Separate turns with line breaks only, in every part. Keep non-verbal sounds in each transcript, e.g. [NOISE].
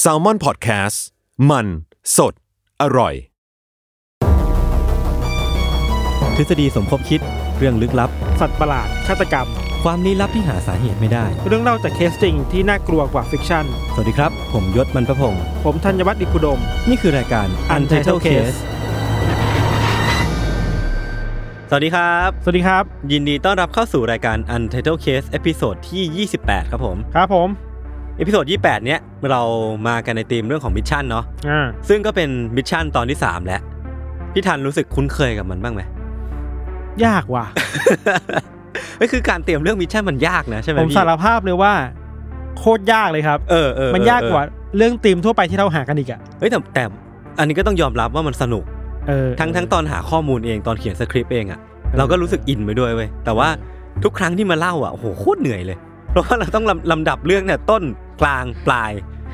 แซลมอนพอดแคสต์มันสดอร่อย
ทฤษฎีสมคบคิดเรื่องลึกลับ
สัตว์ประหลาด ฆาตกรรม
ความลี้ลับที่หาสาเหตุไม่ได้
เรื่องเล่าจากเคสจริงที่น่ากลัวกว่าฟิกชั่น
สวัสดีครับ ผมยศมันประพงศ์
ผมธัญวัฒน์อิพุดม
นี่คือรายการ Untitled Case สวัสดีครับ
สวัสดีครับ
ยินดีต้อนรับเข้าสู่รายการ Untitled Case เอพิโซดที่ 28 ครับผม
ครับผม
เอพิโซด28 เนี้ยเรามากันในธีมเรื่องของมิชชั่นเนาะ
อ่า
ซึ่งก็เป็นมิชชั่นตอนที่ 3 แล้ว พี่ทันรู้สึกคุ้นเคยกับมันบ้างไหม
ยากว่ะ
ก็คือการเตรียมเรื่องมิชชั่นมันยากนะใช่ไหม
ผม
พี่
สารภาพเลยว่า โคตรยากเลยครับ
เออเออเออ
มันยากกว่าเรื่องธีมทั่วไปที่เราหากันอีกอะ
เฮ้ยแต่แต่อันนี้ก็ต้องยอมรับว่ามันสนุก
เออ
ทั้งทั้งตอนหาข้อมูลเองตอนเขียนสคริปต์เองอะเราก็รู้สึกอินไปด้วยเว้ยแต่ว่าทุกครั้งที่มาเล่าอะโอ้โหโคตรเหนื่อยเลย [LAUGHS] เพราะว่าเราต้องลำลำดับเรื่องเนี่ยต้นกลางปลาย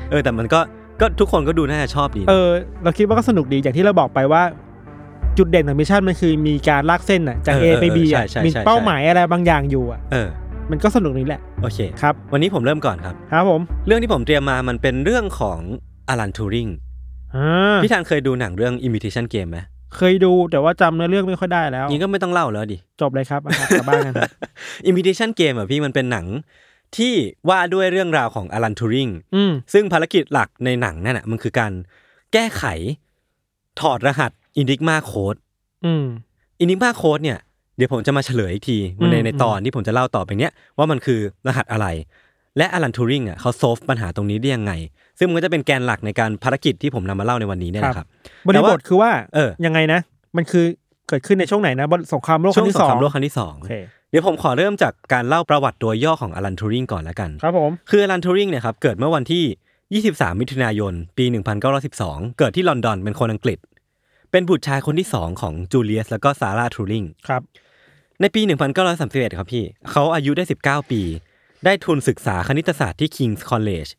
เออแต่มันก็ก็ทุกคนก็ดูน่าจะชอบดีนะ
เออ เราคิดว่าก็สนุกดีอย่างที่เราบอกไปว่า จุดเด่นของมิชชั่นมันคือมีการลากเส้นอะจาก A ไป B อะมีเป้าหมายอะไรบางอย่างอยู่อะ
เออ
มันก็สนุกนี่แหละ
โอเค
ครับ
วันนี้ผมเริ่มก่อนครับ
ครับผม
เรื่องที่ผมเตรียมมามันเป็นเรื่องของอลันทูริง
อ่า
พี่ธันเคยดูหนังเรื่อง Imitation Game ไหม
เคยดูแต่ว่าจำเนื้อเรื่องไม่ค่อยได้แล้ว
ยิงก็ไม่ต้องเล่าแล้วดิ
จบเลยครับอ่ะครับกลับบ้านกันครับ
Imitation Game อะพี่มันเป็นหนังที่ว่าด้วยเรื่องราวของอลันทูริง
อืม
ซึ่งภารกิจหลักในหนังนั่นน่ะมันคือการแก้ไขถอดรหัสอินดิกมาโค้ด
อืม
อินดิกมาโค้ดเนี่ยเดี๋ยวผมจะมาเฉลยอีกทีมันใน
อืม
ในตอนที่ผมจะเล่าต่อไปเนี้ยว่ามันคือรหัสอะไร และอลันทูริงอ่ะเขาโซฟปัญหาตรงนี้ได้ยังไง ซึ่งมันก็จะเป็นแกนหลักในการภารกิจที่ผมนำมาเล่าในวันนี้เนี่ยนะครับ
บริบทคือว่า
เออ
ยังไงนะ มันคือเกิดขึ้นในช่วงไหนนะบนสงครามโลกค
ช่ว
รั้
ง
งที่
ส
ส
ง
อ
ค
ง
รามโลกครั้งที่สอง
โอเค
เดี๋ยวผมขอเริ่มจากการเล่าประวัติตัวย่อของอลันทูริงก่อนละกัน
ครับผม
คืออลันทูริงเนี่ยครับเกิดเมื่อวันที่ 23 มิถุนายน ปี 1912 เกิดที่ลอนดอนเป็นคนอังกฤษ เป็นบุตรชายคนที่ 2 ของจูเลียส แล้วก็ซาร่าทูริง
ครับ
ในปี 1931 ครับพี่ เขาอายุได้ 19 ปี ได้ทุนศึกษาคณิตศาสตร์ที่ King's College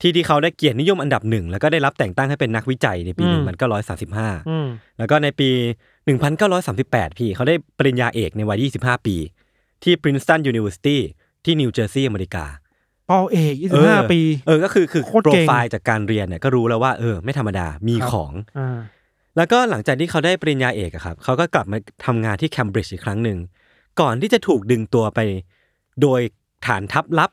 ที่ที่เขาได้เกียรตินิยมอันดับหนึ่ง แล้วก็ได้รับแต่งตั้งให้เป็นนักวิจัยในปี
อืม
1935
อืม
แล้วก็ในปี 1938 พี่เขาได้ปริญญาเอกในวัย 25 ปี ที่ Princeton University ที่นิวเจอร์ซีย์อเมริกา
ปอเอกยี่สิ
เอบ อ
ห้าปี
เออ ก็คือคือ
โคตร
โปร
เก่ง
ไฟล์จากการเรียนเนี่ยก็รู้แล้วว่าเออ ไม่ธรรมดา มี
ครับ
ของ
อ่า
แล้วก็หลังจากที่เขาได้ปริญญาเอกอะครับ เขาก็กลับมาทำงานที่แคมบริดจ์อีกครั้งหนึ่ง ก่อนที่จะถูกดึงตัวไป โดยฐานทัพลับ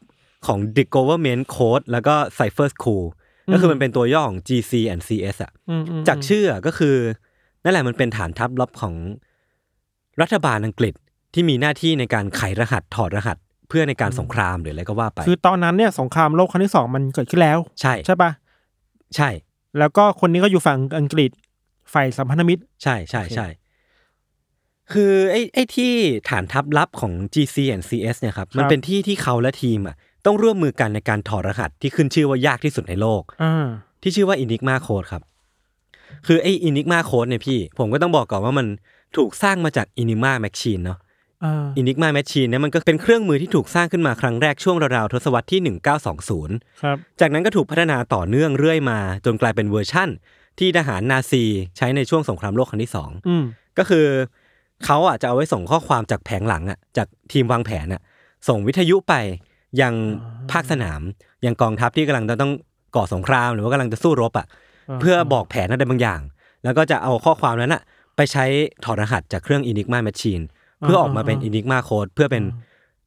ของ The Government Code แล้วก็ Cipher School
อืม
ก็คือมันเป็นตัวย่อของ GC and CS อะ
อืมอืม
จากชื่ออะก็คือ นั่นแหละมันเป็นฐานทัพลับของรัฐบาลอังกฤษที่มีหน้าที่ในการไขรหัสถอดรหัสเพื่อในการสงครามหรืออะไรก็ว่าไป
คือตอนนั้นเนี่ยสงครามโลกครั้งที่สองมันเกิดขึ้นแล้ว
ใช่
ใช่ปะ
ใช่
แล้วก็คนนี้ก็อยู่ฝั่งอังกฤษฝ่ายสัมพันธมิตร
ใช่ใช่
โอเค
ใช่ คือไอ้ไอ้ที่ฐานทัพลับของ GC and CS เนี่ยครับ มันเป็นที่ที่เขาและทีมอ่ะต้องร่วมมือกันในการถอดรหัสที่ขึ้นชื่อว่ายากที่สุดในโลก
อ่า
ที่ชื่อว่า Enigma Code ครับ คือไอ้ Enigma Code เนี่ยพี่ ผมก็ต้องบอกก่อนว่ามันถูกสร้างมาจาก Enigma Machine เนาะ
อ่า
Enigma Machine เนี่ยมันก็เป็นเครื่องมือที่ถูกสร้างขึ้นมาครั้งแรกช่วงราวๆทศวรรษที่ 1920
ครับ
จากนั้นก็ถูกพัฒนาต่อเนื่องเรื่อยมา จนกลายเป็นเวอร์ชั่น ที่ทหารนาซีใช้ในช่วงสงครามโลกครั้งที่สอง
อืม
ก็คือเขาอ่ะจะเอาไว้ส่งข้อความจากแผงหลังอ่ะจากทีมวางแผนอ่ะส่งวิทยุไปยังภาคสนาม ยังกองทัพที่กำลังจะต้องก่อสงครามหรือว่ากำลังจะสู้รบอ่ะ
อ่า
เพื่อบอกแผนอะไรบางอย่าง แล้วก็จะเอาข้อความนั้นอ่ะไปใช้ถอดรหัสจากเครื่อง Enigma Machine เพื่อออกมาเป็น Enigma Code เพื่อเป็น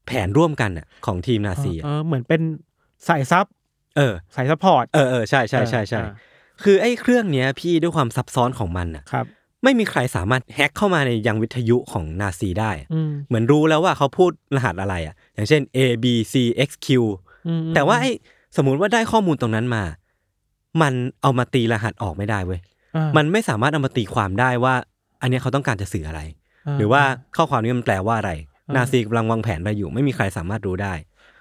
แผนร่วมกันอ่ะของทีมนาซี
เอ
อ่ะ
อเหมือนเป็นสายซับ
เออ
สายซัพพอร์ต
เออเออใช่ใช่ใช่ใช่
อ่า
คือไอ้เครื่องเนี้ยพี่ด้วยความซับซ้อนของมันอ่ะ
ครับ
ไม่มีใครสามารถแฮ็กเข้ามาในยังวิทยุของนาซีได้
อืม
เหมือนรู้แล้วว่าเขาพูดรหัสอะไรอ่ะ อย่างเช่น A B C X Q
อืม
แต่ว่าไอ้สมมุติว่าได้ข้อมูลตรงนั้นมา มันเอามาตีรหัสออกไม่ได้เว้ย
อ่า
มันไม่สามารถเอามาตีความได้ว่า อันเนี้ยเขาต้องการจะสื่ออะไร หรือว่าข้อความนี้มันแปลว่าอะไร นาซีกำลังวางแผนอะไรอยู่ ไม่มีใครสามารถรู้ได้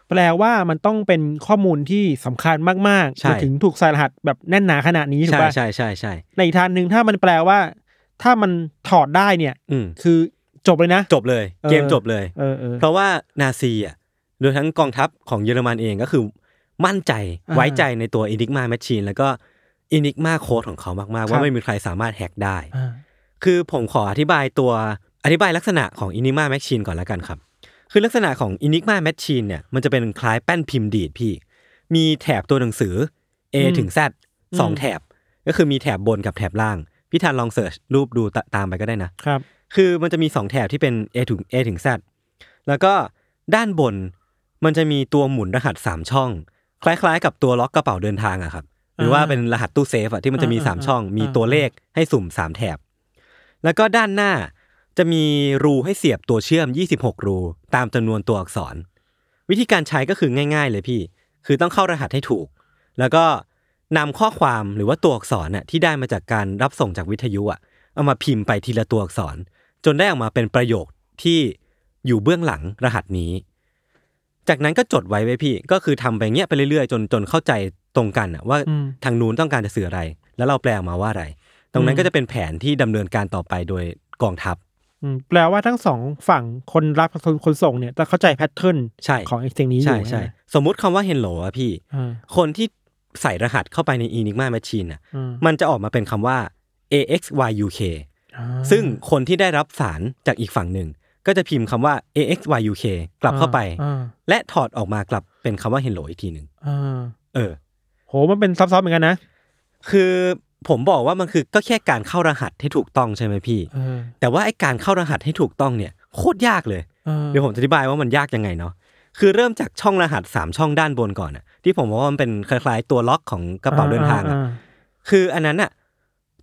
แปลว่ามันต้องเป็นข้อมูลที่สำคัญมากๆ
ใช่
จนถึงถูกใส่รหัสแบบแน่นหนาขนาดนี้ถูก
ใช่
ปะ
ใช่ใช่ใช่
ในอีกทางหนึ่งถ้ามันแปลว่า ถ้ามันถอดได้เนี่ย
อืม
คือจบเลยนะ
จบเลย
เออ
เกมจบเลย
เออเออ
เพราะว่านาซีอ่ะโดยทั้งกองทัพของเยอรมันเองก็คือมั่นใจ
อ่า
ไว้ใจในตัว Enigma Machine แล้วก็ Enigma Code ของเขามาก ๆ
ครั
ว่า
บ
ไม่มีใครสามารถแฮกได้
อ่า
คือผมขออธิบายตัวอธิบายลักษณะของ Enigma Machine ก่อนแล้วกันครับ คือลักษณะของ Enigma Machine เนี่ยมันจะเป็นคล้ายแป้นพิมพ์ดีดพี่ มีแถบตัวหนังสือ A
อืม
ถึง Z สอง
อืม
แถบ ก็คือมีแถบบนกับแถบล่าง พี่ทานลองเสิร์ชรูปดูตะตามไปก็ได้นะ
ครับ
คือมันจะมีสองแถบที่เป็น A ถึง A ถึง Z แล้วก็ด้านบนมันจะมีตัวหมุนรหัส 3 ช่อง คล้ายๆ กับตัวล็อกกระเป๋าเดินทางอะครับ หรือว่า
อ่า
เป็นรหัสตู้เซฟอะที่มันจะมี
อ่า
3 ช่อง
อ่ามี
มีตัวเลขให้สุ่ม 3 แถบ แล้วก็ด้านหน้าจะมีรูให้เสียบตัวเชื่อม 26 รูตามจำนวนตัวอักษร วิธีการใช้ก็คือง่าย ๆ เลยพี่ คือต้องเข้ารหัสให้ถูก แล้วก็นำข้อความหรือว่าตัวอักษรน่ะที่ได้มาจากการรับส่งจากวิทยุอ่ะเอามาพิมพ์ไปทีละตัวอักษร จนได้ออกมาเป็นประโยคที่อยู่เบื้องหลังรหัสนี้ จากนั้นก็จดไว้ไว้พี่ ก็คือทำไปเงี้ยไปเรื่อยๆ จนจนเข้าใจตรงกันอะว่า
อืม
ทางนู้นต้องการจะสื่ออะไร แล้วเราแปลออกมาว่าอะไร ตรงนั้นก็จะเป็นแผนที่ดำเนินการต่อไปโดยกองทัพ
อืมแปลว่าทั้งสองฝั่งคนรับกับคนคนส่งเนี่ยจะเข้าใจแพทเทิร์น
ใช่
ของไอ้สิ่งนี้อ
ใช่
ยู่
ใช่สมมุติคำว่า hello อะพี่
อ่า
คนที่ใส่รหัสเข้าไปใน enigma machine อะ
อ่า
มันจะออกมาเป็นคำว่า AXYUK
อ่า
ซึ่งคนที่ได้รับสารจากอีกฝั่งหนึ่ง ก็จะพิมพ์คำว่า AXYUK กลับเข้าไป
อ่า
และถอดออกมากลับเป็นคำว่า hello อีกทีหนึ่ง
อ่า
เออ
โหมันเป็นซับซ้อนเหมือนกันนะ
คือผมบอกว่ามันคือก็แค่การเข้ารหัสให้ถูกต้องใช่ไหมพี่
เออ
แต่ว่าไอ้การเข้ารหัสให้ถูกต้องเนี่ยโคตรยากเลย
เออ
เดี๋ยวผมจะอธิบายว่ามันยากยังไงเนาะ คือเริ่มจากช่องรหัส 3 ช่องด้านบนก่อนอะที่ผมบอกว่ามันเป็นคล้ายๆ ตัวล็อกของกระเป๋าเดินทางอะคืออันนั้นอะ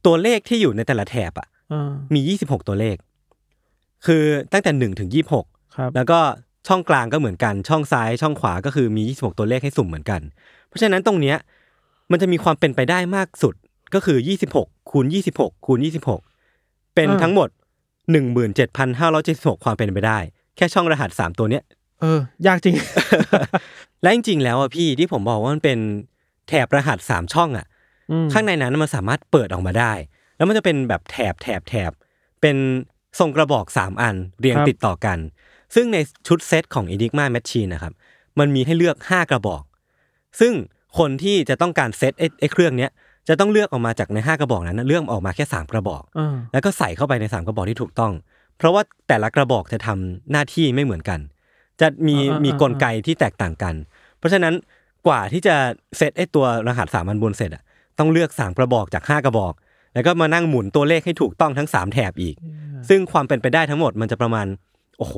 ตัวเลขที่อยู่ในแต่ละแถบอะ
อ่า
มี 26 ตัวเลข คือตั้งแต่ 1 ถึง
ครับ
26 แล้วก็ช่องกลางก็เหมือนกัน ช่องซ้าย ช่องขวาก็คือมี 26 ตัวเลขให้สุ่มเหมือนกัน เพราะฉะนั้นตรงเนี้ยมันจะมีความเป็นไปได้มากสุดก็คือ 26 คูณ 26 คูณ 26 เป็นทั้งหมด 17,576 ความเป็นไปได้ แค่ช่องรหัส 3 ตัวเนี้ย [LAUGHS]
เออยากจริง
และจริงๆ แล้วอ่ะพี่ที่ผมบอกว่ามันเป็นแถบรหัส 3 ช่องอ่ะ
อืม
ข้างในนั้นมันสามารถเปิดออกมาได้ แล้วมันจะเป็นแบบแถบแถบแถบเป็นทรงกระบอก 3 อันเรียง
ครับ
ติดต่อกัน ซึ่งในชุดเซตของ Enigma Machine นะครับ มันมีให้เลือก 5 กระบอก ซึ่งคนที่จะต้องการเซตไอ้ไอ้เครื่องเนี้ยจะต้องเลือกออกมาจากใน 5 กระบอกนั้นนะเลือกออกมาแค่ 3 กระบอก
อ่า
แล้วก็ใส่เข้าไปใน 3 กระบอกที่ถูกต้อง เพราะว่าแต่ละกระบอกจะทำหน้าที่ไม่เหมือนกัน จะมีมีกลไกที่แตกต่างกัน เพราะฉะนั้นกว่าที่จะเซตไอ้ตัวรหัสสามอันบนเสร็จอะต้องเลือก 3 กระบอกจาก 5 กระบอก แล้วก็มานั่งหมุนตัวเลขให้ถูกต้องทั้ง 3 แถบอีก ซึ่งความเป็นไปได้ทั้งหมดมันจะประมาณ โอ้โห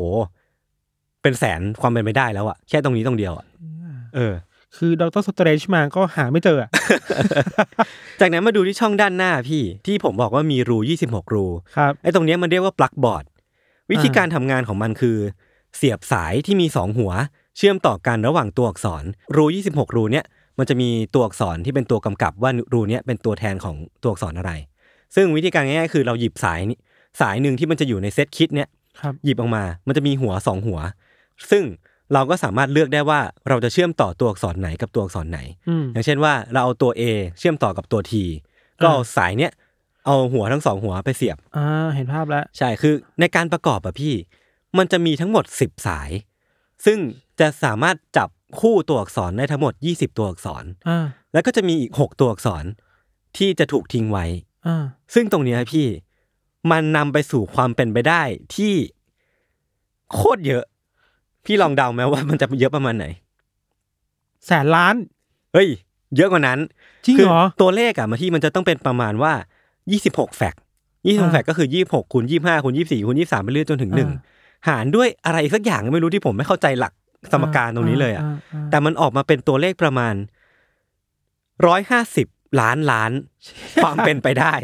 เป็นแสนความเป็นไปได้แล้วอะแค่ตรงนี้ตรงเดียวอะเออ
คือดรสเตรชมาก็หาไม่เจออะ [LAUGHS]
จากนั้นมาดูที่ช่องด้านหน้าพี่ ที่ผมบอกว่ามีรู 26 รู
ครับ
ไอ้ตรงเนี้ยมันเรียกว่าปลั๊กบอร์ดวิธีการทำงานของมันคือ เสียบสายที่มี 2 หัว เชื่อมต่อกันระหว่างตัวอักษร รู 26 รูเนี้ยมันจะมีตัวอักษรที่เป็นตัวกำกับว่ารูเนี้ยเป็นตัวแทนของตัวอักษรอะไร ซึ่งวิธีการง่ายๆคือเราหยิบสายนี้สายหนึ่งที่มันจะอยู่ในเซตคิดเนี้ย
ครับ
หยิบออกมา มันจะมีหัวสองหัว ซึ่งเราก็สามารถเลือกได้ว่าเราจะเชื่อมต่อตัวอักษรไหนกับตัวอักษรไหน
อืม
อย่างเช่นว่าเราเอาตัว A เชื่อมต่อกับตัว T ก็เอาสายเนี้ยเอาหัวทั้งสองหัวไปเสียบ
อ่า เห็นภาพแล้ว
ใช่ คือในการประกอบอะพี่ มันจะมีทั้งหมด 10 สาย ซึ่งจะสามารถจับคู่ตัวอักษรได้ทั้งหมด 20 ตัวอักษร
อ่า
แล้วก็จะมีอีก 6 ตัวอักษรที่จะถูกทิ้งไว้
อ่า
ซึ่งตรงเนี้ยพี่ มันนำไปสู่ความเป็นไปได้ที่โคตรเยอะ พี่ลองเดาไหมว่ามันจะเยอะประมาณไหน
แสนล้าน
เฮ้ย เยอะกว่านั้น
จริง
คื
เหรอ
ตัวเลขอะมาที่มันจะต้องเป็นประมาณว่า 26 แฟกต์26
อ่า
แฟกต์ก็คือ 26คูณ25คูณ24คูณ23ไปเรื่อยจนถึงหนึ่ง หารด้วยอะไรสักอย่างไม่รู้ที่ผมไม่เข้าใจหลักสมการตรงนี้เลยอ่ะ แต่
แต่า
มันออกมาเป็นตัวเลขประมาณร้อยห้าสิบล้านล้าน ความเป็นไปได้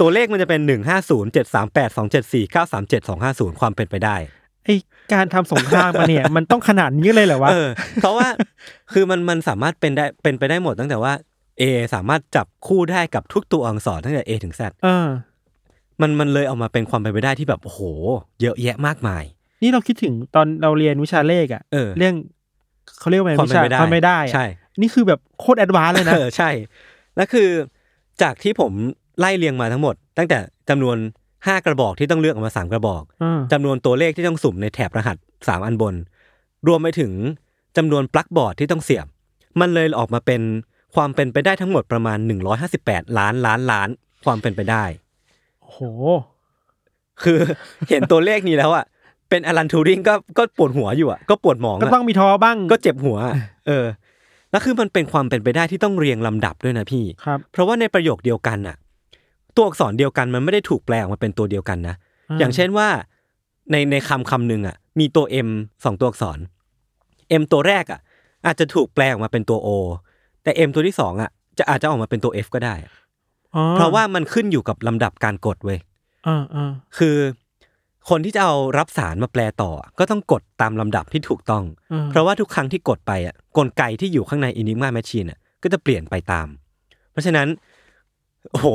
ตัวเลขมันจะเป็นหนึ่งห้าศูนย์เจ็ดสามแปดสองเจ็ดสี่เก้าสามเจ็ดสองห้าศูนย์ความเป็นไปได้
ไอการทำสงครามมา
[LAUGHS]
เนี่ย มันต้องขนาดนี้เลยเหรอวะ
เออ เพราะว่า [LAUGHS] คือมันมันสามารถเป็นได้เป็นไปได้หมดตั้งแต่ว่า A สามารถจับคู่ได้กับทุกตัวอักษรตั้งแต่ A ถึง Z
เออ
มันมันเลยออกมาเป็นความเป็นไปได้ที่แบบโอ้โห เยอะแยะมากมาย
นี่เราคิดถึงตอนเราเรียนวิชาเลขอ่ะ
เออ
เรื่องเขาเรียกว่าไง
ความ
วิ
เป็นไป
ชา
ได้
ความไม่ได้อะ
ใช่
นี่คือแบบโคตรแอดวานซ์เลย
[LAUGHS]
นะ
เออใช่ แล้วคือจากที่ผมไล่เรียงมาทั้งหมด ตั้งแต่จำนวน 5 กระบอกที่ต้องเลือกออกมาสามกระบอก
อ่า
จำนวนตัวเลขที่ต้องสุ่มในแถบรหัส 3 อันบน รวมไปถึงจำนวนปลั๊กบอร์ดที่ต้องเสียบ มันเลยออกมาเป็นความเป็นไปได้ทั้งหมดประมาณ 158 ล้านล้านล้าน ความเป็นไปได้
โอ้โห
คือ เห็นตัวเลขนี้แล้วอ่ะเป็นอลันทูริงก็ก็ปวดหัวอยู่อ่ะก็ปวดหมอง
ก็
อะ
ต้องมีทอบ้าง
ก็เจ็บหัว เออ แล้วคือมันเป็นความเป็นไปได้ที่ต้องเรียงลำดับด้วยนะพี่
ครับ
เพราะว่าในประโยคเดียวกันน่ะ ตัวอักษรเดียวกันมันไม่ได้ถูกแปลออกมาเป็นตัวเดียวกันนะ อย่างเช่นว่าในในคำคำหนึ่งอ่ะมีตัว M สองตัวอักษร M ตัวแรกอ่ะ อาจจะถูกแปลออกมาเป็นตัว O แต่ M ตัวที่สองอ่ะจะอาจจะออกมาเป็นตัว F ก็ได้อะ
อ๋อ
เพราะว่ามันขึ้นอยู่กับลำดับการกดเว้ย
อ่าอ่า
คือคนที่จะเอารับสารมาแปลต่อ ก็ต้องกดตามลำดับที่ถูกต้อง
อ่
เพราะว่าทุกครั้งที่กดไปอ่ะกลไกที่อยู่ข้างใน Enigma Machine อ่ะก็จะเปลี่ยนไปตาม เพราะฉะนั้น โอ้โห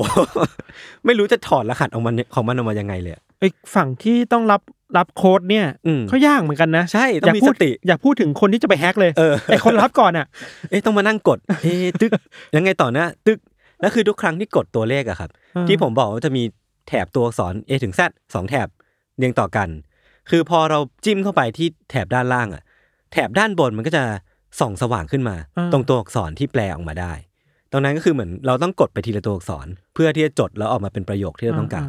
[LAUGHS] ไม่รู้จะถอดรหัสของมันของมันออกมายังไงเลยอะ
ไอ้ฝั่งที่ต้องรับรับโค้ดเนี่ย
อืม
เขายากเหมือนกันนะ
ใช่ ต้อย่
อาง
มี
พู
ส
ด
ติ
อย่าพูดถึงคนที่จะไปแฮกเลย
เออ
ไอ้คนรับก่อนอ่ะ
เอ๊ะต้องมานั่งกด เอ๊ะตึก ยังไงต่อนะ ตึกแล้วคือทุกครั้งที่กดตัวเลขอะครับ
อ่า
[LAUGHS] ที่ผมบอกว่าจะมีแถบตัวอักษร A ถึง Z สองแถบเรียงต่อกัน คือพอเราจิ้มเข้าไปที่แถบด้านล่างอะแถบด้านบนมันก็จะส่องสว่างขึ้นมา
อ่า
ตรงตัวอักษรที่แปลออกมาได้ ตรงนั้นก็คือเหมือนเราต้องกดไปทีละตัวอักษร เพื่อที่จะจดแล้วออกมาเป็นประโยคที่เราต้องการ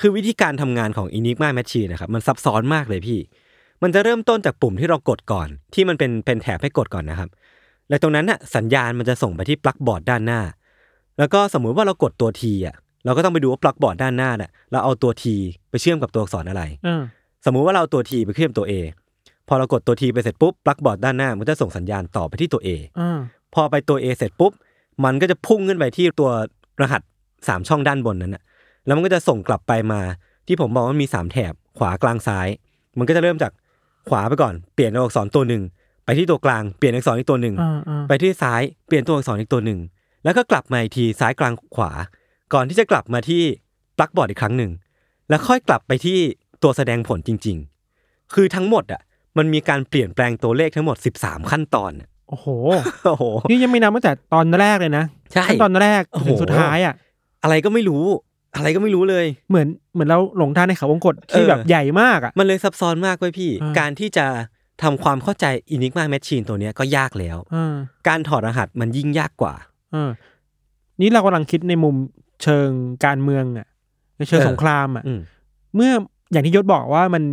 คือวิธีการทำงานของ Enigma Machine นะครับ มันซับซ้อนมากเลยพี่ มันจะเริ่มต้นจากปุ่มที่เรากดก่อน ที่มันเป็นเป็นแถบให้กดก่อนนะครับ และตรงนั้นน่ะสัญญาณมันจะส่งไปที่ปลั๊กบอร์ดด้านหน้า แล้วก็สมมุติว่าเรากดตัว T อ่ะเราก็ต้องไปดูว่าปลั๊กบอร์ดด้านหน้าน่ะเราเอาตัว T ไปเชื่อมกับตัวอักษรอะไร
อ่า
สมมุติว่าเราเอาตัว T ไปเชื่อมตัว A พอเรากดตัว T ไปเสร็จปุ๊บปลั๊กบอร์ดด้านหน้า มันจะส่งสัญญาณต่อไปที่ตัว A
อ่า
พอไปตัว A เสร็จปุ๊บ มันก็จะพุ่งขึ้นไปที่ตัวรหัส 3 ช่องด้านบนนั้นน่ะ แล้วมันก็จะส่งกลับไปมาที่ผมบอกว่ามี 3 แถบขวากลางซ้าย มันก็จะเริ่มจากขวาไปก่อนเปลี่ยนตัวอักษรตัวหนึ่ง ไปที่ตัวกลางเปลี่ยนอักษรอีกตัวหนึ่ง
อ่าอ่า
ไปที่ซ้ายเปลี่ยนตัวอักษรอีกตัวหนึ่ง แล้วก็กลับมาอีกทีซ้ายกลางขวา ก่อนที่จะกลับมาที่ปลั๊กบอร์ดอีกครั้งหนึ่ง แล้วค่อยกลับไปที่ตัวแสดงผลจริง ๆ คือทั้งหมดอ่ะมันมีการเปลี่ยนแปลงตัวเลขทั้งหมด 13 ขั้นตอนน่ะ
โอ้โห
โอ้โห
นี่ยังไม่นับตั้งแต่ตอนแรกเลยนะ
ใช่
ขั้นตอนแรก
โอ้โห
ถึงสุดท้ายอ่ะ
อะไรก็ไม่รู้ อะไรก็ไม่รู้เลย
เหมือนเหมือนเราหลงทางในเขาวงกฏที่
เออ
แบบใหญ่มากอ่ะ
มันเลยซับซ้อนมากเว้ยพี่
อ่า
การที่จะทำความเข้าใจ Enigma Machine ตัวเนี้ยก็ยากแล้ว
อ่า
การถอดรหัสมันยิ่งยากกว่า
อ่านี่เรากำลังคิดในมุมเชิงการเมืองอ่ะในเชิง
เออ
สงครามอ่ะ
อืม
เมื่ออย่างที่ยศบอกว่ามัน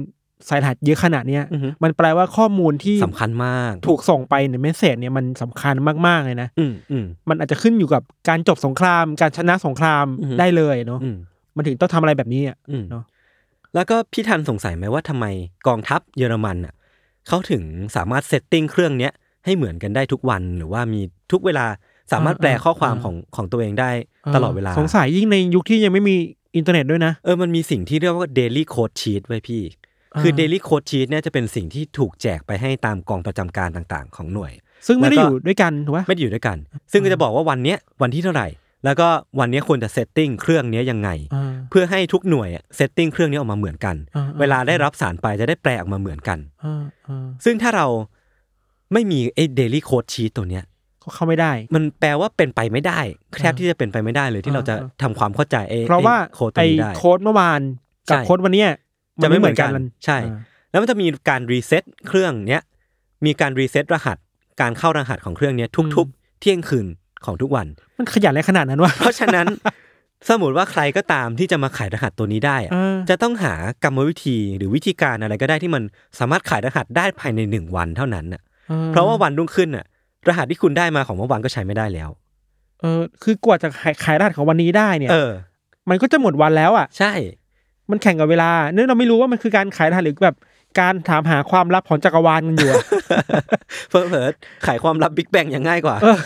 สายรหัสเยอะขนาดเนี้ย
อือฮึ
มันแปลว่าข้อมูลที่
สำคัญมาก
ถูกส่งไปในเมสเซจเนี่ยมันสำคัญมากๆเลยนะ
อืมอืม
มันอาจจะขึ้นอยู่กับการจบสงคราม การชนะสงคราม
อือฮึ
ได้เลยเนาะ
อืม
มันถึงต้องทำอะไรแบบนี้อ่ะ
อืม
เนอะ
แล้วก็พี่ทันสงสัยไหมว่าทำไมกองทัพเยอรมันอ่ะเขาถึงสามารถเซตติ้งเครื่องเนี้ยให้เหมือนกันได้ทุกวันหรือว่ามีทุกเวลาสามารถแปลข้อความของของตัวเองได้ตลอดเวลา
สงสัยยิ่งในยุคที่ยังไม่มีอินเทอร์เน็ตด้วยนะ
เออมันมีสิ่งที่เรียกว่า daily code sheet ไว้พี่
อ่า
คือ daily code sheet เนี่ยจะเป็นสิ่งที่ถูกแจกไปให้ตามกองประจำการต่างๆ ของหน่วย
ซึ่งไม่ได้
แล้วก็
อยู่ด้วยกันถูกปะ
ไม่ได้อยู่ด้วยกัน ซึ่งก็จะบอกว่าวันเนี้ยวันที่เท่าไหร่ แล้วก็วันเนี้ยควรจะเซตติ้งเครื่องเนี้ยยังไง
อ่า
เพื่อให้ทุกหน่วยเซตติ้งเครื่องนี้ออกมาเหมือนกัน
อ่าอ่า
เวลาได้รับสารไปจะได้แปลออกมาเหมือนกัน
อ่าอ่า
ซึ่งถ้าเราไม่มีไอ้เดลี่โค้ดชีตตัวเนี้ย
ก็เข้าไม่ได้
มันแปลว่าเป็นไปไม่ได้แทบที่จะเป็นไปไม่ได้เลยที่
อ่า
เราจะทำความเข้าใจไอ้
เพราะว่า
ไอ้โค้ดตัว
ไอ้
นี้ได้
โค้ดเมื่อวานกับ
ใช่
โค้ดวันเนี้ย
จะไม่เหมือนกันใช่
อ่า
แล้วมันจะมีการรีเซ็ตเครื่องเนี้ยมีการรีเซ็ตรหัส การเข้ารหัสของเครื่องเนี้ยทุก ๆ เที่ยงคืนของทุกวัน
มันขยันอะไรขนาดนั้นวะ
เพราะฉะนั้น [LAUGHS] สมมติว่าใครก็ตามที่จะมาขายรหัสตัวนี้ได้อะ
อ่า
จะต้องหากรรมวิธีหรือวิธีการอะไรก็ได้ที่มันสามารถขายรหัสได้ภายในหนึ่งวันเท่านั้นน่ะ
อ่
เพราะว่าวันรุ่งขึ้นน่ะ รหัสที่คุณได้มาของเมื่อวานก็ใช้ไม่ได้แล้ว
เออคือกว่าจะขายขายรหัสของวันนี้ได้เนี่ย
เออ
มันก็จะหมดวันแล้วอ่ะ
ใช่
มันแข่งกับเวลา เนื่องเราไม่รู้ว่ามันคือการขายรหัสหรือแบบการถามหาความลับของจักรวาลกันอยู่อะ
[LAUGHS] เผลอเผขายความลับบิ๊กแบงยังง่ายกว่า
เออ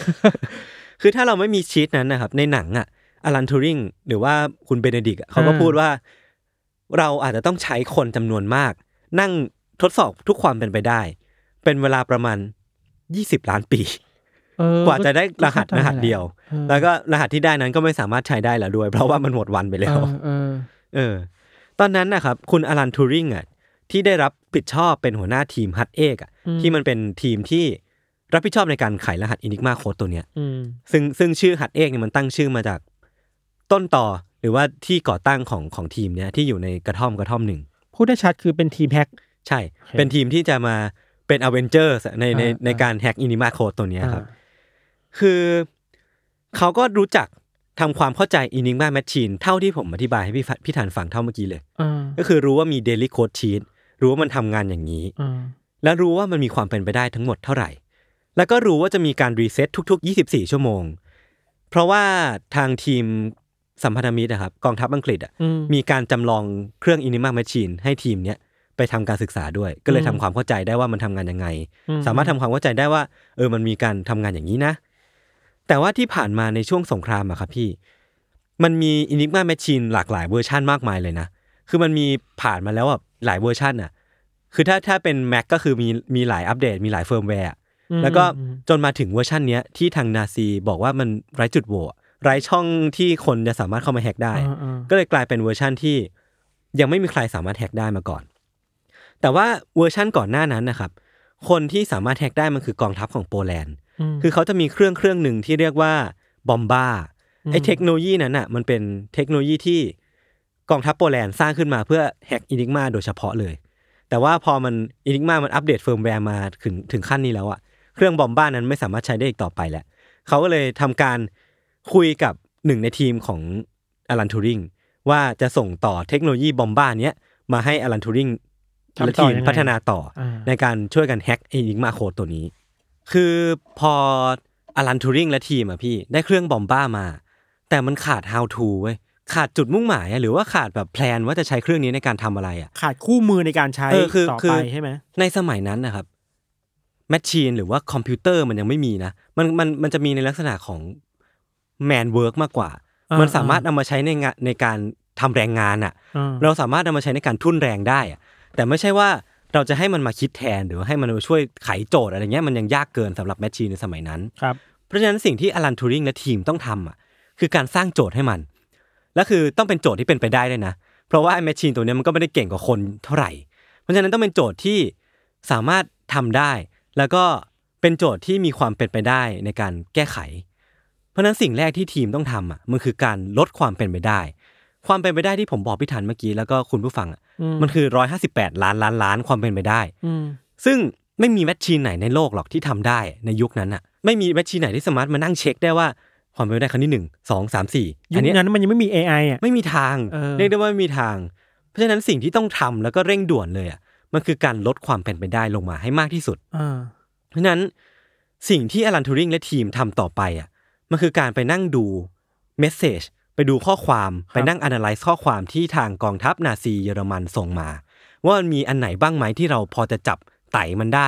คือถ้าเราไม่มีชีตนั้นนะครับ ในหนังอ่ะอลันทูริงหรือว่าคุณเบเนดิกต์อะเขาก็
อ่า
พูดว่า เราอาจจะต้องใช้คนจำนวนมาก นั่งทดสอบทุกความเป็นไปได้ เป็นเวลาประมาณ 20 ล้านปี
เออก
ว่าจะได้รหัสรหัสเดียว
ออ
แล้วก็รหัสที่ได้นั้นก็ไม่สามารถใช้ได้แล้วด้วย เพราะว่ามันหมดวันไปแล้ว
เออเออ
เออ ตอนนั้นนะครับ คุณอลันทูริงอ่ะที่ได้รับผิดชอบเป็นหัวหน้าทีมฮัตเอกอ่ะ
อื
ที่มันเป็นทีมที่รับผิดชอบในการไขรหัสอินิกมาโค้ดตัวเนี้ย
อืม
ซึ่งซึ่งชื่อหัดเอกเนี่ยมันตั้งชื่อมาจากต้นต่อหรือว่าที่ก่อตั้งของของทีมเนี้ยที่อยู่ในกระท่อมกระท่อมหนึ่ง
พูดได้ชัดคือเป็นทีมแฮก
ใช่ เป็นทีมที่จะมาเป็นอเวนเจอร์ในใน
อ่า
ในการแฮกอินิมาโค้ดตัวเนี้ยครับ
อ่า
คือเขาก็รู้จักทำความเข้าใจอินิมาแมชชีนเท่าที่ผมอธิบายให้พี่ฟพี่ฐานฟังเท่าเมื่อกี้เลย
อ่า
ก็คือรู้ว่ามีเดลิโคดชีตรู้ว่ามันทำงานอย่างนี้
อ่า
และรู้ว่ามันมีความเป็นไปได้ทั้งหมดเท่าไหร่ แล้วก็รู้ว่าจะมีการรีเซ็ตทุก ๆ 24 ชั่วโมง เพราะว่าทางทีมสัมพันธมิตรอะครับกองทัพอังกฤษอะ
อืม
มีการจำลองเครื่องอินิมาแมชชีนให้ทีมเนี้ยไปทำการศึกษาด้วย ก็เลย
อืม
ทำความเข้าใจได้ว่ามันทำงานยังไง
อื
สามารถทำความเข้าใจได้ว่า เออมันมีการทำงานอย่างนี้นะ แต่ว่าที่ผ่านมาในช่วงสงครามอะครับพี่ มันมีอินิกมาแมชชีนหลากหลายเวอร์ชันมากมายเลยนะ คือมันมีผ่านมาแล้วแบบหลายเวอร์ชันอะคือถ้าถ้าเป็น Mac ก็คือมีมีหลายอัปเดต มีหลายเฟิร์มแวร์อะ
อืม
แล้วก็
อืม
จนมาถึงเวอร์ชันเนี้ยที่ทางนาซีบอกว่ามันไร้จุดโหว่อะไร้ช่องที่คนจะสามารถเข้ามาแฮ็กได้
อ่าอ่า
ก็เลยกลายเป็นเวอร์ชั่นที่ยังไม่มีใครสามารถแฮกได้มาก่อน แต่ว่าเวอร์ชั่นก่อนหน้านั้นนะครับ คนที่สามารถแฮกได้มันคือกองทัพของโปแลนด์
ม
คือเขาจะมีเครื่องเครื่องหนึ่งที่เรียกว่าบอมบ้า
อืม
ไอ้เทคโนโลยีนั้นอ่ะมันเป็นเทคโนโลยีที่กองทัพโปแลนด์สร้างขึ้นมาเพื่อแฮกอินิกมาโดยเฉพาะเลย แต่ว่าพอมันอินิกมามันอัปเดตเฟิร์มแวร์มาถึงถึงขั้นนี้แล้วอ่ะ เครื่องบอมบ้านั้นไม่สามารถใช้ได้อีกต่อไปแล้ว เขาก็เลยทำการคุยกับหนึ่งในทีมของอลันทูริงว่าจะส่งต่อเทคโนโลยีบอมบ้าเนี้ยมาให้อลันทูริง
ทำต่อ
และทีม
ยังไง
พัฒนาต่อ
อ่า
ในการช่วยกันแฮ็กไอ้ยิงมาโคดตัวนี้ คือพออลันทูริงและทีมอะพี่ ได้เครื่องบอมบ้ามา แต่มันขาด how to เว้ยขาดจุดมุ่งหมายอะหรือว่าขาดแบบแพลนว่าจะใช้เครื่องนี้ในการทำอะไรอะ
ขาดคู่มือในการใช้
เออคือ
ต่อ
คือ
ไปใช่ไหม
ในสมัยนั้นนะครับแมชชีนหรือว่าคอมพิวเตอร์มันยังไม่มีนะ มันมันมันจะมีในลักษณะของแมนเวิร์กมากกว่า มันสามารถนำมาใช้ในงานในการทำแรงงานอะ
อ่า
เราสามารถนำมาใช้ในการทุ่นแรงได้อะแต่ไม่ใช่ว่าเราจะให้มันมาคิดแทนหรือให้มันมาช่วยไขโจทย์อะไรเงี้ยมันยังยากเกินสำหรับแมชชีนในสมัยนั้น
ครับ
เพราะฉะนั้นสิ่งที่อลันทูริงและทีมต้องทำอ่ะคือการสร้างโจทย์ให้มัน และคือต้องเป็นโจทย์ที่เป็นไปได้ด้วยนะ เพราะว่าไอ้แมชชีนตัวเนี้ยมันก็ไม่ได้เก่งกว่าคนเท่าไหร่ เพราะฉะนั้นต้องเป็นโจทย์ที่สามารถทำได้ แล้วก็เป็นโจทย์ที่มีความเป็นไปได้ในการแก้ไข เพราะฉะนั้นสิ่งแรกที่ทีมต้องทำอ่ะมันคือการลดความเป็นไปได้ ความเป็นไปได้ที่ผมบอกพี่ทันเมื่อกี้แล้วก็คุณผู้ฟังอ่ะมันคือ 158 ล้านล้านล้านความเป็นไปได้
อืม
ซึ่งไม่มีแมชชีนไหนในโลกหรอกที่ทำได้ในยุคนั้นอ่ะ ไม่มีแมชชีนไหนที่สามารถมานั่งเช็คได้ว่าความเป็นไปได้ครั้งที่หนึ่งสองสามสี่
ยุ
อั
คน
เนี้ย
นั้นมันยังไม่มี AI อ่ะ
ไม่มีทาง
เออ
เรียกได้ว่าไม่มีทาง เพราะฉะนั้นสิ่งที่ต้องทำแล้วก็เร่งด่วนเลยอ่ะมันคือการลดความเป็นไปได้ลงมาให้มากที่สุด
อ่า
เพราะฉะนั้นสิ่งที่อลันทูริงและทีมทำต่อไปอ่ะมันคือการไปนั่งดูเมสเซจไปดูข้อความไปนั่ง analyze ข้อความที่ทางกองทัพนาซีเยอรมันส่งมา ว่ามันมีอันไหนบ้างไหมที่เราพอจะจับไต่มันได้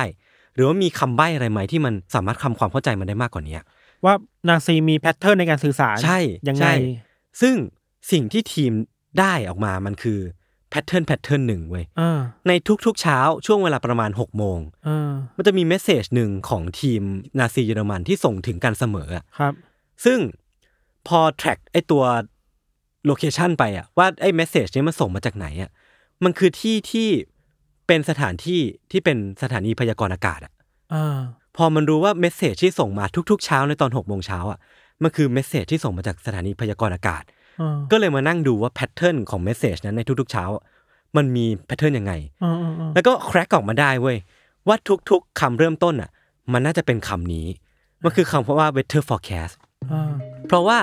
หรือว่ามีคำใบ้อะไรไหมที่มันสามารถทำความเข้าใจมันได้มากกว่านี้
ว่านาซีมีแพทเทิร์นในการสื่อสาร
ใช่
ยัง
ใช่
ไง
ซึ่งสิ่งที่ทีมได้ออกมามันคือแพทเทิร์นแพทเทิร์นหนึ่งเว้ย
อ่า
ในทุกๆเช้าช่วงเวลาประมาณ6กโมง
อ่า
มันจะมีเมสเซจหนึ่งของทีมนาซีเยอรมันที่ส่งถึงกันเสมออะ
ครับ
ซึ่งพอ track ไอตัวโลเคชันไปอะว่าไอเมสเซจนี้ยมันส่งมาจากไหนอะมันคือที่ที่เป็นสถานที่ที่เป็นสถานีพยากรณ์อากาศอะ
อ่า
พอมันรู้ว่าเมสเซจที่ส่งมาทุกๆเช้าในตอน6กโมงเช้าอะมันคือเมสเซจที่ส่งมาจากสถานีพยากรณ์อากาศ
อ่า
ก็เลยมานั่งดูว่าแพทเทิร์นของเมสเซจนั้นในทุกๆเช้าอะมันมีแพทเทิร์นยังไง
อ่าอ่าอ่า
[LAUGHS] แล้วก็แครกออกมาได้เว้ยว่าทุกๆคำเริ่มต้นอะมันน่าจะเป็นคำนี้ มันคือคำว่า weather forecast
อ่า
เพราะว่า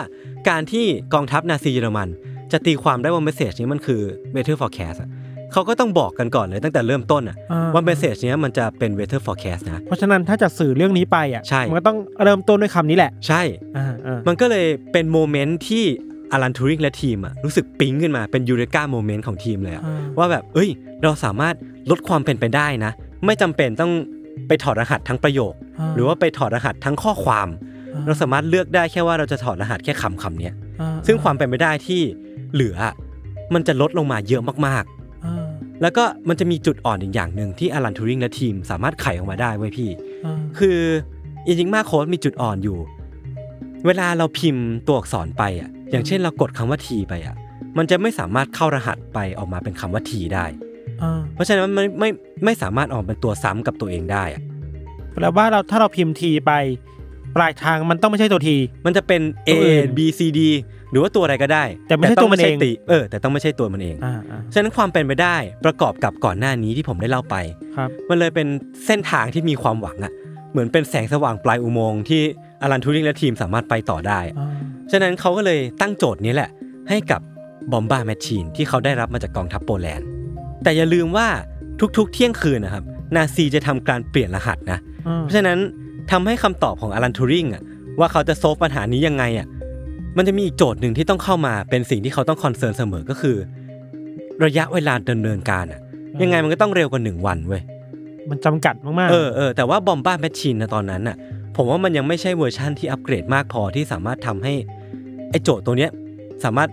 การที่กองทัพนาซีเยอรมัน จะตีความได้ว่าเมสเซจนี้มันคือ weather forecast อะเขาก็ต้องบอกกันก่อนเลยตั้งแต่เริ่มต้นอะ
อ่
ว่าเมสเซจนี้ยมันจะเป็น weather forecast นะ
เพราะฉะนั้นถ้าจะสื่อเรื่องนี้ไปอ่ะ
ใช่
มันก็ต้องเริ่มต้นด้วยคำนี้แหละ
ใช่
อ่าอ่า
มันก็เลยเป็นโมเมนต์ที่อลันทูริงและทีมอะรู้สึกปิ๊งขึ้นมาเป็นยูเรกาโมเมนต์ของทีมเลยอะ
อ่า
ว่าแบบ เอ้ย เราสามารถลดความเป็นไปได้นะ ไม่จำเป็นต้องไปถอดรหัสทั้งประโยค หรือว่าไปถอดรหัสทั้งข้อความ เราสามารถเลือกได้แค่ว่าเราจะถอดรหัสแค่คำคำเนี้ย
อ่า
ซึ่งความเป็นไปได้ที่เหลือ มันจะลดลงมาเยอะมาก
อ่า
ๆ แล้วก็มันจะมีจุดอ่อนอีกอย่างหนึ่งที่อลันทูริงและทีมสามารถไขออกมาได้ไว้ยพี่
อ่า
คืออิจิงมาโค้ดมีจุดอ่อนอยู่ เวลาเราพิมพ์ตัวอักษรไปอ่ะ อย่างเช่นเรากดคำว่าทีไปอ่ะ มันจะไม่สามารถเข้ารหัสไปออกมาเป็นคำว่าทีได้
อ่า
เพราะฉะนั้นมันไม่ไม่ไม่สามารถออกเป็นตัวซ้ำกับตัวเองได้อ่ะ
แปลว่าเราถ้าเราพิมพ์ทีไป ปลายทางมันต้องไม่ใช่ตัวที
มันจะเป็น A
ตัวอื่น
B C D หรือว่าตัวอะไรก็ได้
แต่ไม่ใช่ตัวมันเอง
ติเออ แต่ต้องไม่ใช่ตัวมันเอง
อ่าอ่า
ฉะนั้นความเป็นไปได้ประกอบกับก่อนหน้านี้ที่ผมได้เล่าไป
ครับ
มันเลยเป็นเส้นทางที่มีความหวังอะเหมือนเป็นแสงสว่างปลายอุโมงค์ที่อลันทูริงและทีมสามารถไปต่อได้
อ่า
ฉะนั้นเขาก็เลยตั้งโจทย์นี้แหละ ให้กับบอมบ้าแมชชีนที่เขาได้รับมาจากกองทัพโปแลนด์ แต่อย่าลืมว่าทุกๆ เที่ยงคืนนะครับนาซีจะทำการเปลี่ยนรหัสนะ
อ่า
เพราะฉะนั้น ทำให้คำตอบของอลันทูริงอ่ะว่าเขาจะโซฟปัญหานี้ยังไงอ่ะมันจะมีอีกโจทย์หนึ่งที่ต้องเข้ามาเป็นสิ่งที่เขาต้องคอนเซิร์นเสมอก็คือ ระยะเวลาดำเนินการอ่ะ ยังไงมันก็ต้องเร็วกว่าหนึ่งวันเว้ย
มันจำกัดมากๆ
เออเออแต่ว่าบอมบ้าแมชชีนนะตอนนั้นน่ะ ผมว่ามันยังไม่ใช่เวอร์ชั่นที่อัปเกรดมากพอที่สามารถทำให้ไอโจทย์ตรงเนี้ยสามารถ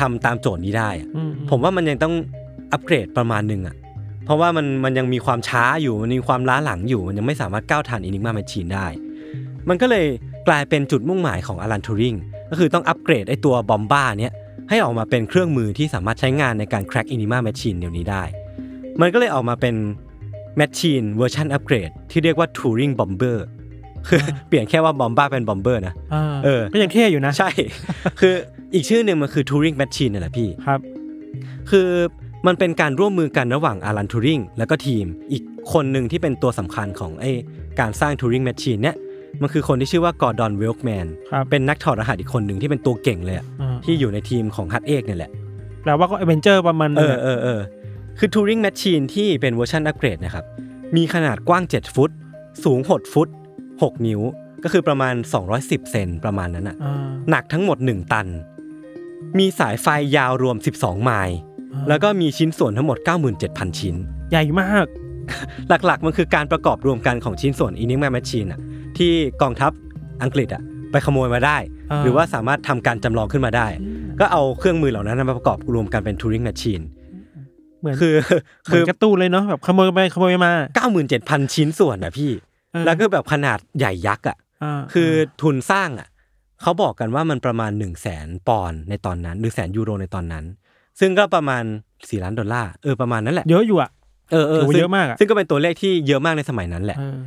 ทำตามโจทย์นี้ได้อะ
ม
ผมว่ามันยังต้องอัปเกรดประมาณหนึ่งอ่ะ เพราะว่ามันมันยังมีความช้าอยู่มันมีความล้าหลังอยู่ มันยังไม่สามารถก้าวทันอินิกมาแมชชีนได้ มันก็เลยกลายเป็นจุดมุ่งหมายของอลันทูริงก็คือต้องอัปเกรดไอตัวบอมบ้าเนี้ยให้ออกมาเป็นเครื่องมือที่สามารถใช้งานในการแคร็กอินิมาแมชชีนเดี๋ยวนี้ได้ มันก็เลยออกมาเป็นแมชชีนเวอร์ชันอัปเกรดที่เรียกว่า Touring Bomber คือเปลี่ยนแค่ว่าบอมบ้าเป็นบอมเบอร์นะ
อ่า
เออ
ก็ยังเท่อยู่นะ
ใช่ คืออีกชื่อหนึ่งมันคือ Touring Machine นี่นแหละพี่
ครับ
คือมันเป็นการร่วมมือกันระหว่างอารันทูริงแล้วก็ทีม อีกคนหนึ่งที่เป็นตัวสำคัญของไอการสร้างทูริงแมชชีนเนี่ย มันคือคนที่ชื่อว่ากอร์ดอนเวลค์แมน
ครับ
เป็นนักถอดรหัสอีกคนหนึ่งที่เป็นตัวเก่งเลยอะ
อ่า
ที่อยู่ในทีมของฮัตเอกเนี่ยแหละ
แปลว่าก็เอเวนเจอร์ประมาณ
เอ
นึง
อเออเออคือ Touring Machine ที่เป็นเวอร์ชันอัปเกรดนะครับ มีขนาดกว้าง 7 ฟุต สูง 6 ฟุต 6 นิ้ว ก็คือประมาณ 210 เซนประมาณนั้นอ่ะ
อ่า
หนักทั้งหมด 1 ตัน มีสายไฟยาวรวม 12 ไมล์แล้วก็มีชิ้นส่วนทั้งหมด 97,000 ชิ้น
ใหญ่มาก
หลักๆ มันคือการประกอบรวมกันของชิ้นส่วน Enigma Machine อ่ะที่กองทัพอังกฤษอ่ะไปขโมยมาได้ หรือว่าสามารถทำการจำลองขึ้นมาได้ ก็เอาเครื่องมือเหล่านั้นมาประกอบรวมกันเป็น Turing Machine
เหมือน
คือ
เหมือนการะตู้นเลยเนาะแบบขโมยไปขโมยมา
เก้าหมื่นเจ็ดพันชิ้นส่วนนะพี่
เออ
แล้วก็แบบขนาดใหญ่ยักษ์อ่ะ
า
คือทุนสร้างอ่ะ เขาบอกกันว่ามันประมาณหนึ่งแสนปอนด์ในตอนนั้นหรือแสนยูโรในตอนนั้น ซึ่งก็ประมาณสี่ล้านดอลลาร์ เออ ประมาณนั้นแหละ
เยอะอยู่อ่ะ
เออเออ
ถือว่า
ซึ่ง
เยอะมากอะ
ซึ่งก็เป็นตัวเลขที่เยอะมากในสมัยนั้นแหละ
เออ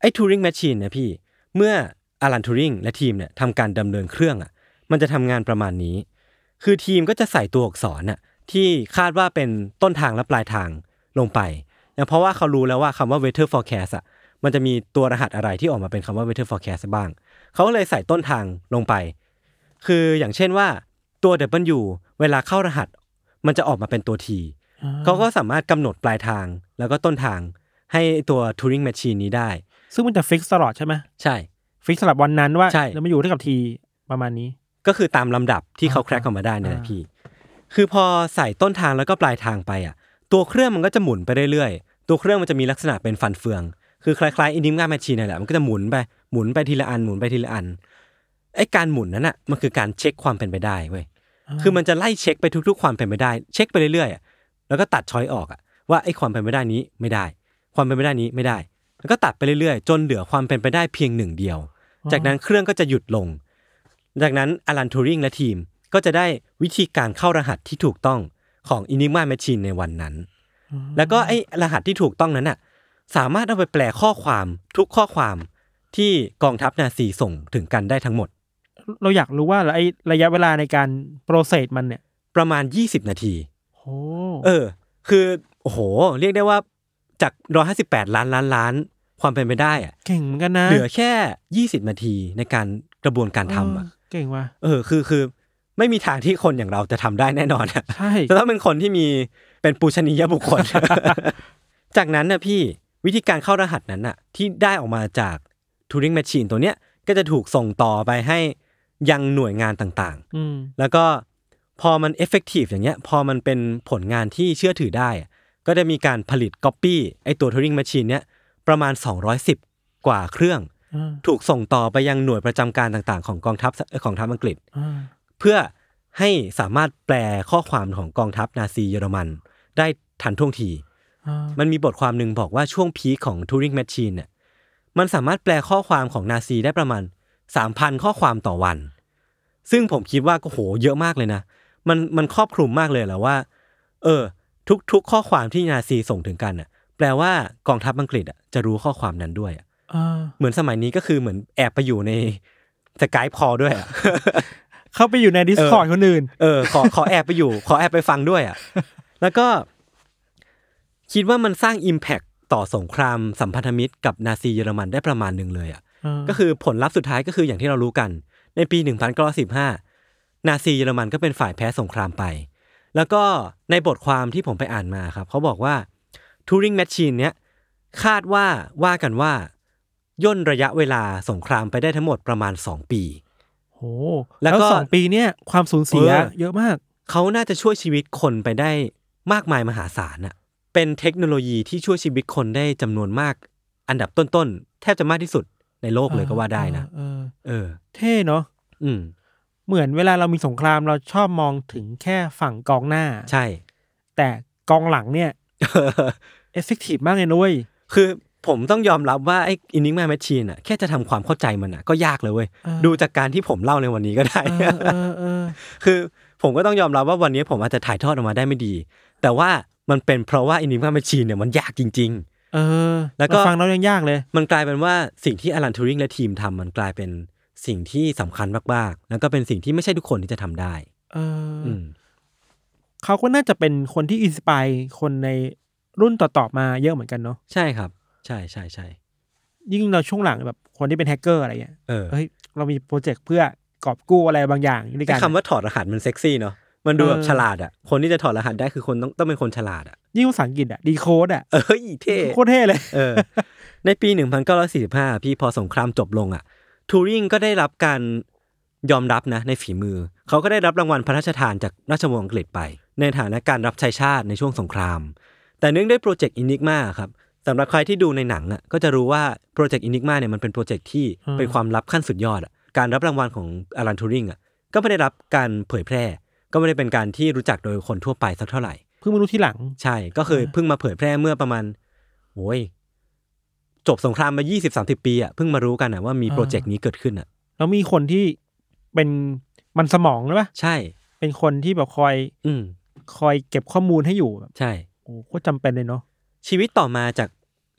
ไอ้ทูริงแมชชีนนะพี่ เมื่ออารันทูริงและทีมเนี่ยทำการดำเนินเครื่องอ่ะ มันจะทำงานประมาณนี้ คือทีมก็จะใส่ตัวอักษรน่ะที่คาดว่าเป็นต้นทางและปลายทางลงไปนะเพราะว่าเขารู้แล้วว่าคำว่า weather forecast อ่ะ มันจะมีตัวรหัสอะไรที่ออกมาเป็นคำว่า weather forecast บ้าง เขาก็เลยใส่ต้นทางลงไป คืออย่างเช่นว่าตัว W เวลาเข้ารหัส มันจะออกมาเป็นตัว T เขาก็สามารถกำหนดปลายทาง แล้วก็ต้นทางให้ตัว Turing Machine นี้ได้
ซึ่งมันจะฟิกตลอดใช่ไหม
ใช่
ฟิกสำหรับวันนั้นว่า
ใช่
แล้วมาอยู่เท่ากับทีประมาณนี้
ก็คือตามลำดับที่เขา
อ่า
แคร็กออกมาได้เนี่ยแหละ
อ่า
พี่ คือพอใส่ต้นทางแล้วก็ปลายทางไปอ่ะ ตัวเครื่องมันก็จะหมุนไปเรื่อยๆ ตัวเครื่องมันจะมีลักษณะเป็นฟันเฟือง คือคล้ายๆอินิมงาแมชชีนนั่นแหละ มันก็จะหมุนไป หมุนไปทีละอัน หมุนไปทีละอัน ไอ้การหมุนนั้นอ่ะ มันคือการเช็คความเป็นไปได้เว้ย คือมันจะไล่เช็คไปทุกๆ ความเป็นไปได้ เช็คไปเรื่อยๆอะแล้วก็ตัดช้อยออกอะว่าไอ้ความเป็นไปได้นี้ไม่ได้ ความเป็นไปได้นี้ไม่ได้ แล้วก็ตัดไปเรื่อยๆ จนเหลือความเป็นไปได้เพียงหนึ่งเดียว
อ๋อ
จากนั้นเครื่องก็จะหยุดลง จากนั้นอลันทูริงและทีมก็จะได้วิธีการเข้ารหัสที่ถูกต้องของอินิมาแมชชีนในวันนั้น แล้วก็ไอ้รหัสที่ถูกต้องนั้นน่ะสามารถเอาไปแปลข้อความทุกข้อความที่กองทัพนาซีส่งถึงกันได้ทั้งหมด
เราอยากรู้ว่าแล้วไอ้ระยะเวลาในการโปรเซสมันเนี่ย
ประมาณ 20 นาที
โห
เออ คือ โอ้โห เรียกได้ว่าจากร้อยห้าสิบแปดล้านล้านล้าน ความเป็นไปได้อะ
เก่งเหมือนกันนะ
เหลือแค่ยี่สิบนาทีในการกระบวนการทำอ่ะ
เออเก่งว่ะ
เออ คือ คือ ไม่มีทางที่คนอย่างเราจะทำได้แน่นอนอะ
ใช่
จะต้องเป็นคนที่มีเป็นปูชนียบุคค
[LAUGHS]
ล จากนั้นนะพี่วิธีการเข้ารหัสนั้นน่ะ ที่ได้ออกมาจาก Turing Machine ตัวเนี้ยก็จะถูกส่งต่อไปให้ยังหน่วยงานต่างๆ
อืม
แล้วก็พอมัน effective อย่างเงี้ย พอมันเป็นผลงานที่เชื่อถือได้อะก็จะมีการผลิต Copy ไอตัว Turing Machine เนี้ยประมาณ 210 กว่าเครื่อง
อ่า
ถูกส่งต่อไปยังหน่วยประจำการต่างๆ ของกองทัพเอ่อของทัพอังกฤษ
อ่า
เพื่อให้สามารถแปลข้อความของกองทัพนาซีเยอรมัน ได้ทันท่วงที
อ่า
มันมีบทความหนึ่งบอกว่าช่วงพีคของ Turing Machine เนี่ยมันสามารถแปลข้อความของนาซีได้ประมาณ 3,000 ข้อความต่อวัน ซึ่งผมคิดว่าก็โหเยอะมากเลยนะ มันมันครอบคลุมมากเลยแหละว่า เออ ทุกๆ ข้อความที่นาซีส่งถึงกันน่ะ แปลว่ากองทัพอังกฤษอ่ะจะรู้ข้อความนั้นด้วยอะ
อ่า
เหมือนสมัยนี้ก็คือเหมือนแอบไปอยู่ในสกายพอด้วยอะ
เข้าไปอยู่ในดิสคอร์ดคนอื่น
เออขอ [LAUGHS] ขอแอบไปอยู่ ขอแอบไปฟังด้วยอ่ะ [LAUGHS] แล้วก็ คิดว่ามันสร้าง Impact ต่อสงครามสัมพันธมิตรกับนาซีเยอรมันได้ประมาณหนึ่งเลยอ่ะ ก็คือผลลัพธ์สุดท้ายก็คืออย่างที่เรารู้กัน ในปี 1915 นาซีเยอรมันก็เป็นฝ่ายแพ้สงครามไป แล้วก็ในบทความที่ผมไปอ่านมาครับ เขาบอกว่า Turing Machine เนี้ยคาดว่าว่ากันว่า ย่นระยะเวลาสงครามไปได้ทั้งหมดประมาณ 2 ปี
โห
แล้
แล้ว ว
ก็
สองปีเนี่ยความสูญเสีย
เออ
เยอะมาก
เขาน่าจะช่วยชีวิตคนไปได้มากมายมหาศาลน่ะ เป็นเทคโนโลยีที่ช่วยชีวิตคนได้จำนวนมาก อันดับต้นๆ แทบจะมากที่สุดในโลกเลยก็ว่าได้นะ
เออเออ
เออ
เท่เนาะ
อืม
เหมือนเวลาเรามีสงครามเราชอบมองถึงแค่ฝั่งกองหน้า
ใช่ [LAUGHS]
แต่กองหลังเนี่ยเอฟเฟกตีฟมากเลยนุ้ย
คือผมต้องยอมรับว่าไอ้อินิกมาแมชชีนอ่ะแค่จะทำความเข้าใจมันอ่ะก็ยากเลยเว้ย
เออ
ดูจากการที่ผมเล่าในวันนี้ก็ได้ [LAUGHS]
เออเออเออ
คือผมก็ต้องยอมรับว่าวันนี้ผมอาจจะถ่ายทอดออกมาได้ไม่ดี แต่ว่ามันเป็นเพราะว่าอินิกมาแมชชีนเนี่ยมันยากจริง ๆ
เออ
แล้วก็
มาฟังเรายังยากเลย
มันกลายเป็นว่าสิ่งที่อลันทูริงและทีมทำมันกลายเป็นสิ่งที่สำคัญมากๆ แล้วก็เป็นสิ่งที่ไม่ใช่ทุกคนที่จะทำได้
เอออ
อืม
เขาก็น่าจะเป็นคนที่อินสปายคนในรุ่นต่อๆมาเยอะเหมือนกันเนาะ
ใช่ครับ ใช่ใช่ใช่
ยิ่งเราช่วงหลังแบบคนที่เป็นแฮกเกอร์อะไรเงี้ย
เออ
เฮ้ยเรามีโปรเจกต์เพื่อกอบกู้อะไรบางอย่างด้วยกั
ไอ้
น
คำว่าถอดรหัสมันเซ็กซี่เนาะมันดูแบบ
เออ
ฉลาดอ่ะ คนที่จะถอดรหัสได้คือคนต้องต้องเป็นคนฉลาดอ่ะ
ยิ่งภาษาอังกฤษอะดีโคดอะ
เอ้ยเท่
โคตรเท่เลย
เออ ในปี 1945 พี่พอสงครามจบลงอ่ะ ทูริงก็ได้รับการยอมรับนะในฝีมือ เขาก็ได้รับรางวัลพระราชทานจากราชวงศ์อังกฤษไป ในฐานะการรับใช้ชาติในช่วงสงคราม แต่เนื่องด้วยโปรเจกต์อินิกมาครับสำหรับใครที่ดูในหนังอ่ะก็จะรู้ว่าโปรเจกต์อินิกมาเนี่ยมันเป็นโปรเจกต์ที่
อืม
เป็นความลับขั้นสุดยอดอ่ะการรับรางวัลของอลันทูริงอ่ะก็ไม่ได้รับการเผยแพร่ ก็ไม่ได้เป็นการที่รู้จักโดยคนทั่วไปสักเท่าไหร่
เพิ่งมารู้ทีหลัง
ใช่ ก็คือ
อ่า
เพิ่งมาเผยแพร่เมื่อประมาณโอ้ย จบสงครามมา 20 30 ปีอ่ะ เพิ่งมารู้กันอ่ะว่ามีโปรเจกต์นี้เกิดขึ้นอ่ะ
แล้วมีคนที่เป็นมันสมองเลยปะ
ใช่
เป็นคนที่แบบคอย
อืม
คอยเก็บข้อมูลให้อยู่แบบ
ใช่
โอ้โหโคตรจำเป็นเลยเนาะ
ชีวิตต่อมาจาก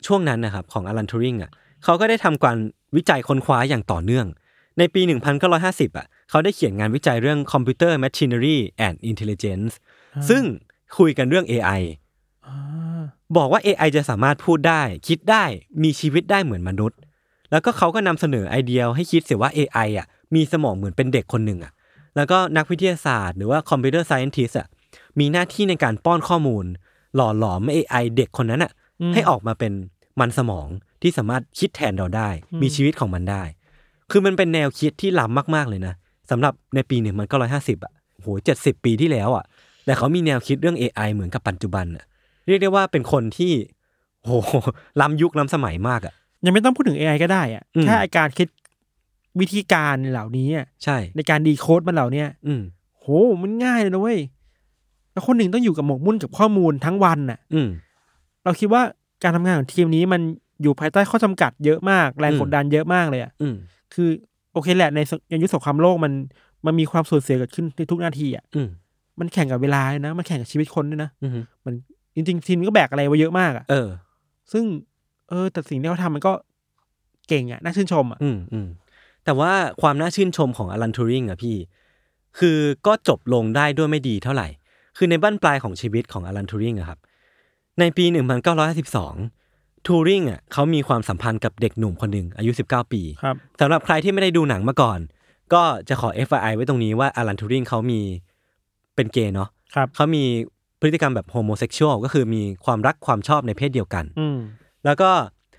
ช่วงนั้นนะครับ ของอลันทูริงอ่ะ เขาก็ได้ทำการวิจัยค้นคว้าอย่างต่อเนื่อง ในปี 1950 อ่ะ เขาได้เขียนงานวิจัยเรื่อง Computer Machinery and Intelligence ซึ่งคุยกันเรื่อง AI
อ่า
บอกว่า AI จะสามารถพูดได้ คิดได้มีชีวิตได้เหมือนมนุษย์ แล้วก็เขาก็นำเสนอไอเดียให้คิดเสียว่า AI อ่ะมีสมองเหมือนเป็นเด็กคนหนึ่งอ่ะแล้วก็นักวิทยาศาสตร์หรือว่าคอมพิวเตอร์ไซเอนติสอ่ะมีหน้าที่ในการป้อนข้อมูล หล่อหลอม AI เด็กคนนั้นอ่ะ
ม
ให้ออกมาเป็นมันสมองที่สามารถคิดแทนเราได้
อืม
มีชีวิตของมันได้ คือมันเป็นแนวคิดที่ล้ำมาก ๆ เลยนะสำหรับในปีหนึ่งมันก็ร้อยห้าสิบอ่ะโหเจ็ดสิบปีที่แล้วอ่ะ แต่เขามีแนวคิดเรื่อง AI เหมือนกับปัจจุบันอ่ะ เรียกได้ว่าเป็นคนที่โห [LAUGHS] ล้ำยุคล้ำสมัยมากอ่ะ
ยังไม่ต้องพูดถึง AI ก็ได้อะ
อืม
แค่อาการคิดวิธีการเหล่านี้อะ
ใช่
ในการดีโคดมันเหล่าเนี้ย
อืม
โหมันง่ายเลยนะเว้ยแล้วคนหนึ่งต้องอยู่กับหมกมุ่นกับข้อมูลทั้งวันน่ะ
อืม
เราคิดว่าการทำงานของทีมนี้มันอยู่ภายใต้ข้อจำกัดเยอะมาก แรง
อืม
กดดันเยอะมากเลยอะ
อืม
คือโอเคแหละในสในยุคสงครามโลกมันมันมีความสูญเสียเกิดขึ้นในทุกนาทีอ่ะ
อืม
มันแข่งกับเวลาเลยนะมันแข่งกับชีวิตคนด้วยนะ
อืม
มันจริงๆทีมก็แบกอะไรไว้เยอะมากอ่ะ
เออ
ซึ่งเออแต่สิ่งที่เขาทำมันก็เก่งอ่ะน่าชื่นชมอ่ะ
อืมอืมแต่ว่าความน่าชื่นชมของอลันทูริงอะพี่ คือก็จบลงได้ด้วยไม่ดีเท่าไหร่ คือในบั้นปลายของชีวิตของอลันทูริงอะครับ ในปี 1952 ทูริงอะเขามีความสัมพันธ์กับเด็กหนุ่มคนหนึ่งอายุ 19 ปี
ครับ
สำหรับใครที่ไม่ได้ดูหนังมาก่อน ก็จะขอ FYI ไว้ตรงนี้ว่าอลันทูริงเขามีเป็นเกย์เนาะ
ครับ
เขามีพฤติกรรมแบบโฮโมเซ็กชวลก็คือมีความรักความชอบในเพศเดียวกัน
อืม
แล้วก็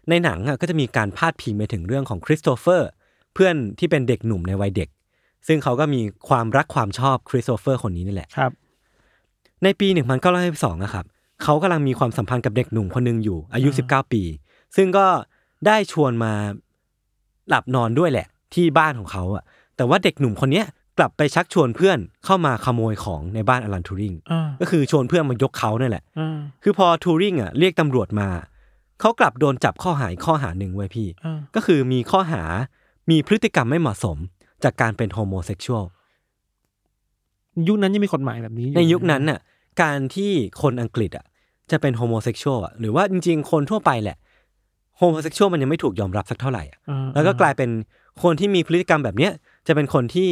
ในหนังอะก็จะมีการพาดพิงไปถึงเรื่องของคริสโตเฟอร์เพื่อนที่เป็นเด็กหนุ่มในวัยเด็ก ซึ่งเขาก็มีความรักความชอบคริสโตเฟอร์คนนี้นี่แหละ
ครับ
ในปี 1992อะครับ เขากำลังมีความสัมพันธ์กับเด็กหนุ่มคนหนึ่งอยู่ อายุ 19 ปี ซึ่งก็ได้ชวนมาหลับนอนด้วยแหละ ที่บ้านของเขาอะแต่ว่าเด็กหนุ่มคนเนี้ยกลับไปชักชวนเพื่อนเข้ามาขโมยของในบ้านอลันทูริง
อ่า
ก็คือชวนเพื่อนมายกเขาเนี่ยแหละ
อ่า
คือพอทูริงอ่ะเรียกตำรวจมา เขากลับโดนจับข้อหาอีกข้อหาหนึ่งไว้ยพี่
อ่า
ก็คือมีข้อหา มีพฤติกรรมไม่เหมาะสมจากการเป็นโฮโมเซ็กชวล
ยุคนั้นยังมีกฎหมายแบบนี้อ
ในยุคนั้นน่ะ การที่คนอังกฤษอ่ะจะเป็นโฮโมเซ็กชวลอ่ะ หรือว่าจริงๆ คนทั่วไปแหละ โฮโมเซ็กชวลมันยังไม่ถูกยอมรับสักเท่าไหร่อ่ะ
อ่า
แล้วก็กลายเป็นคนที่มีพฤติกรรมแบบเนี้ย จะเป็นคนที่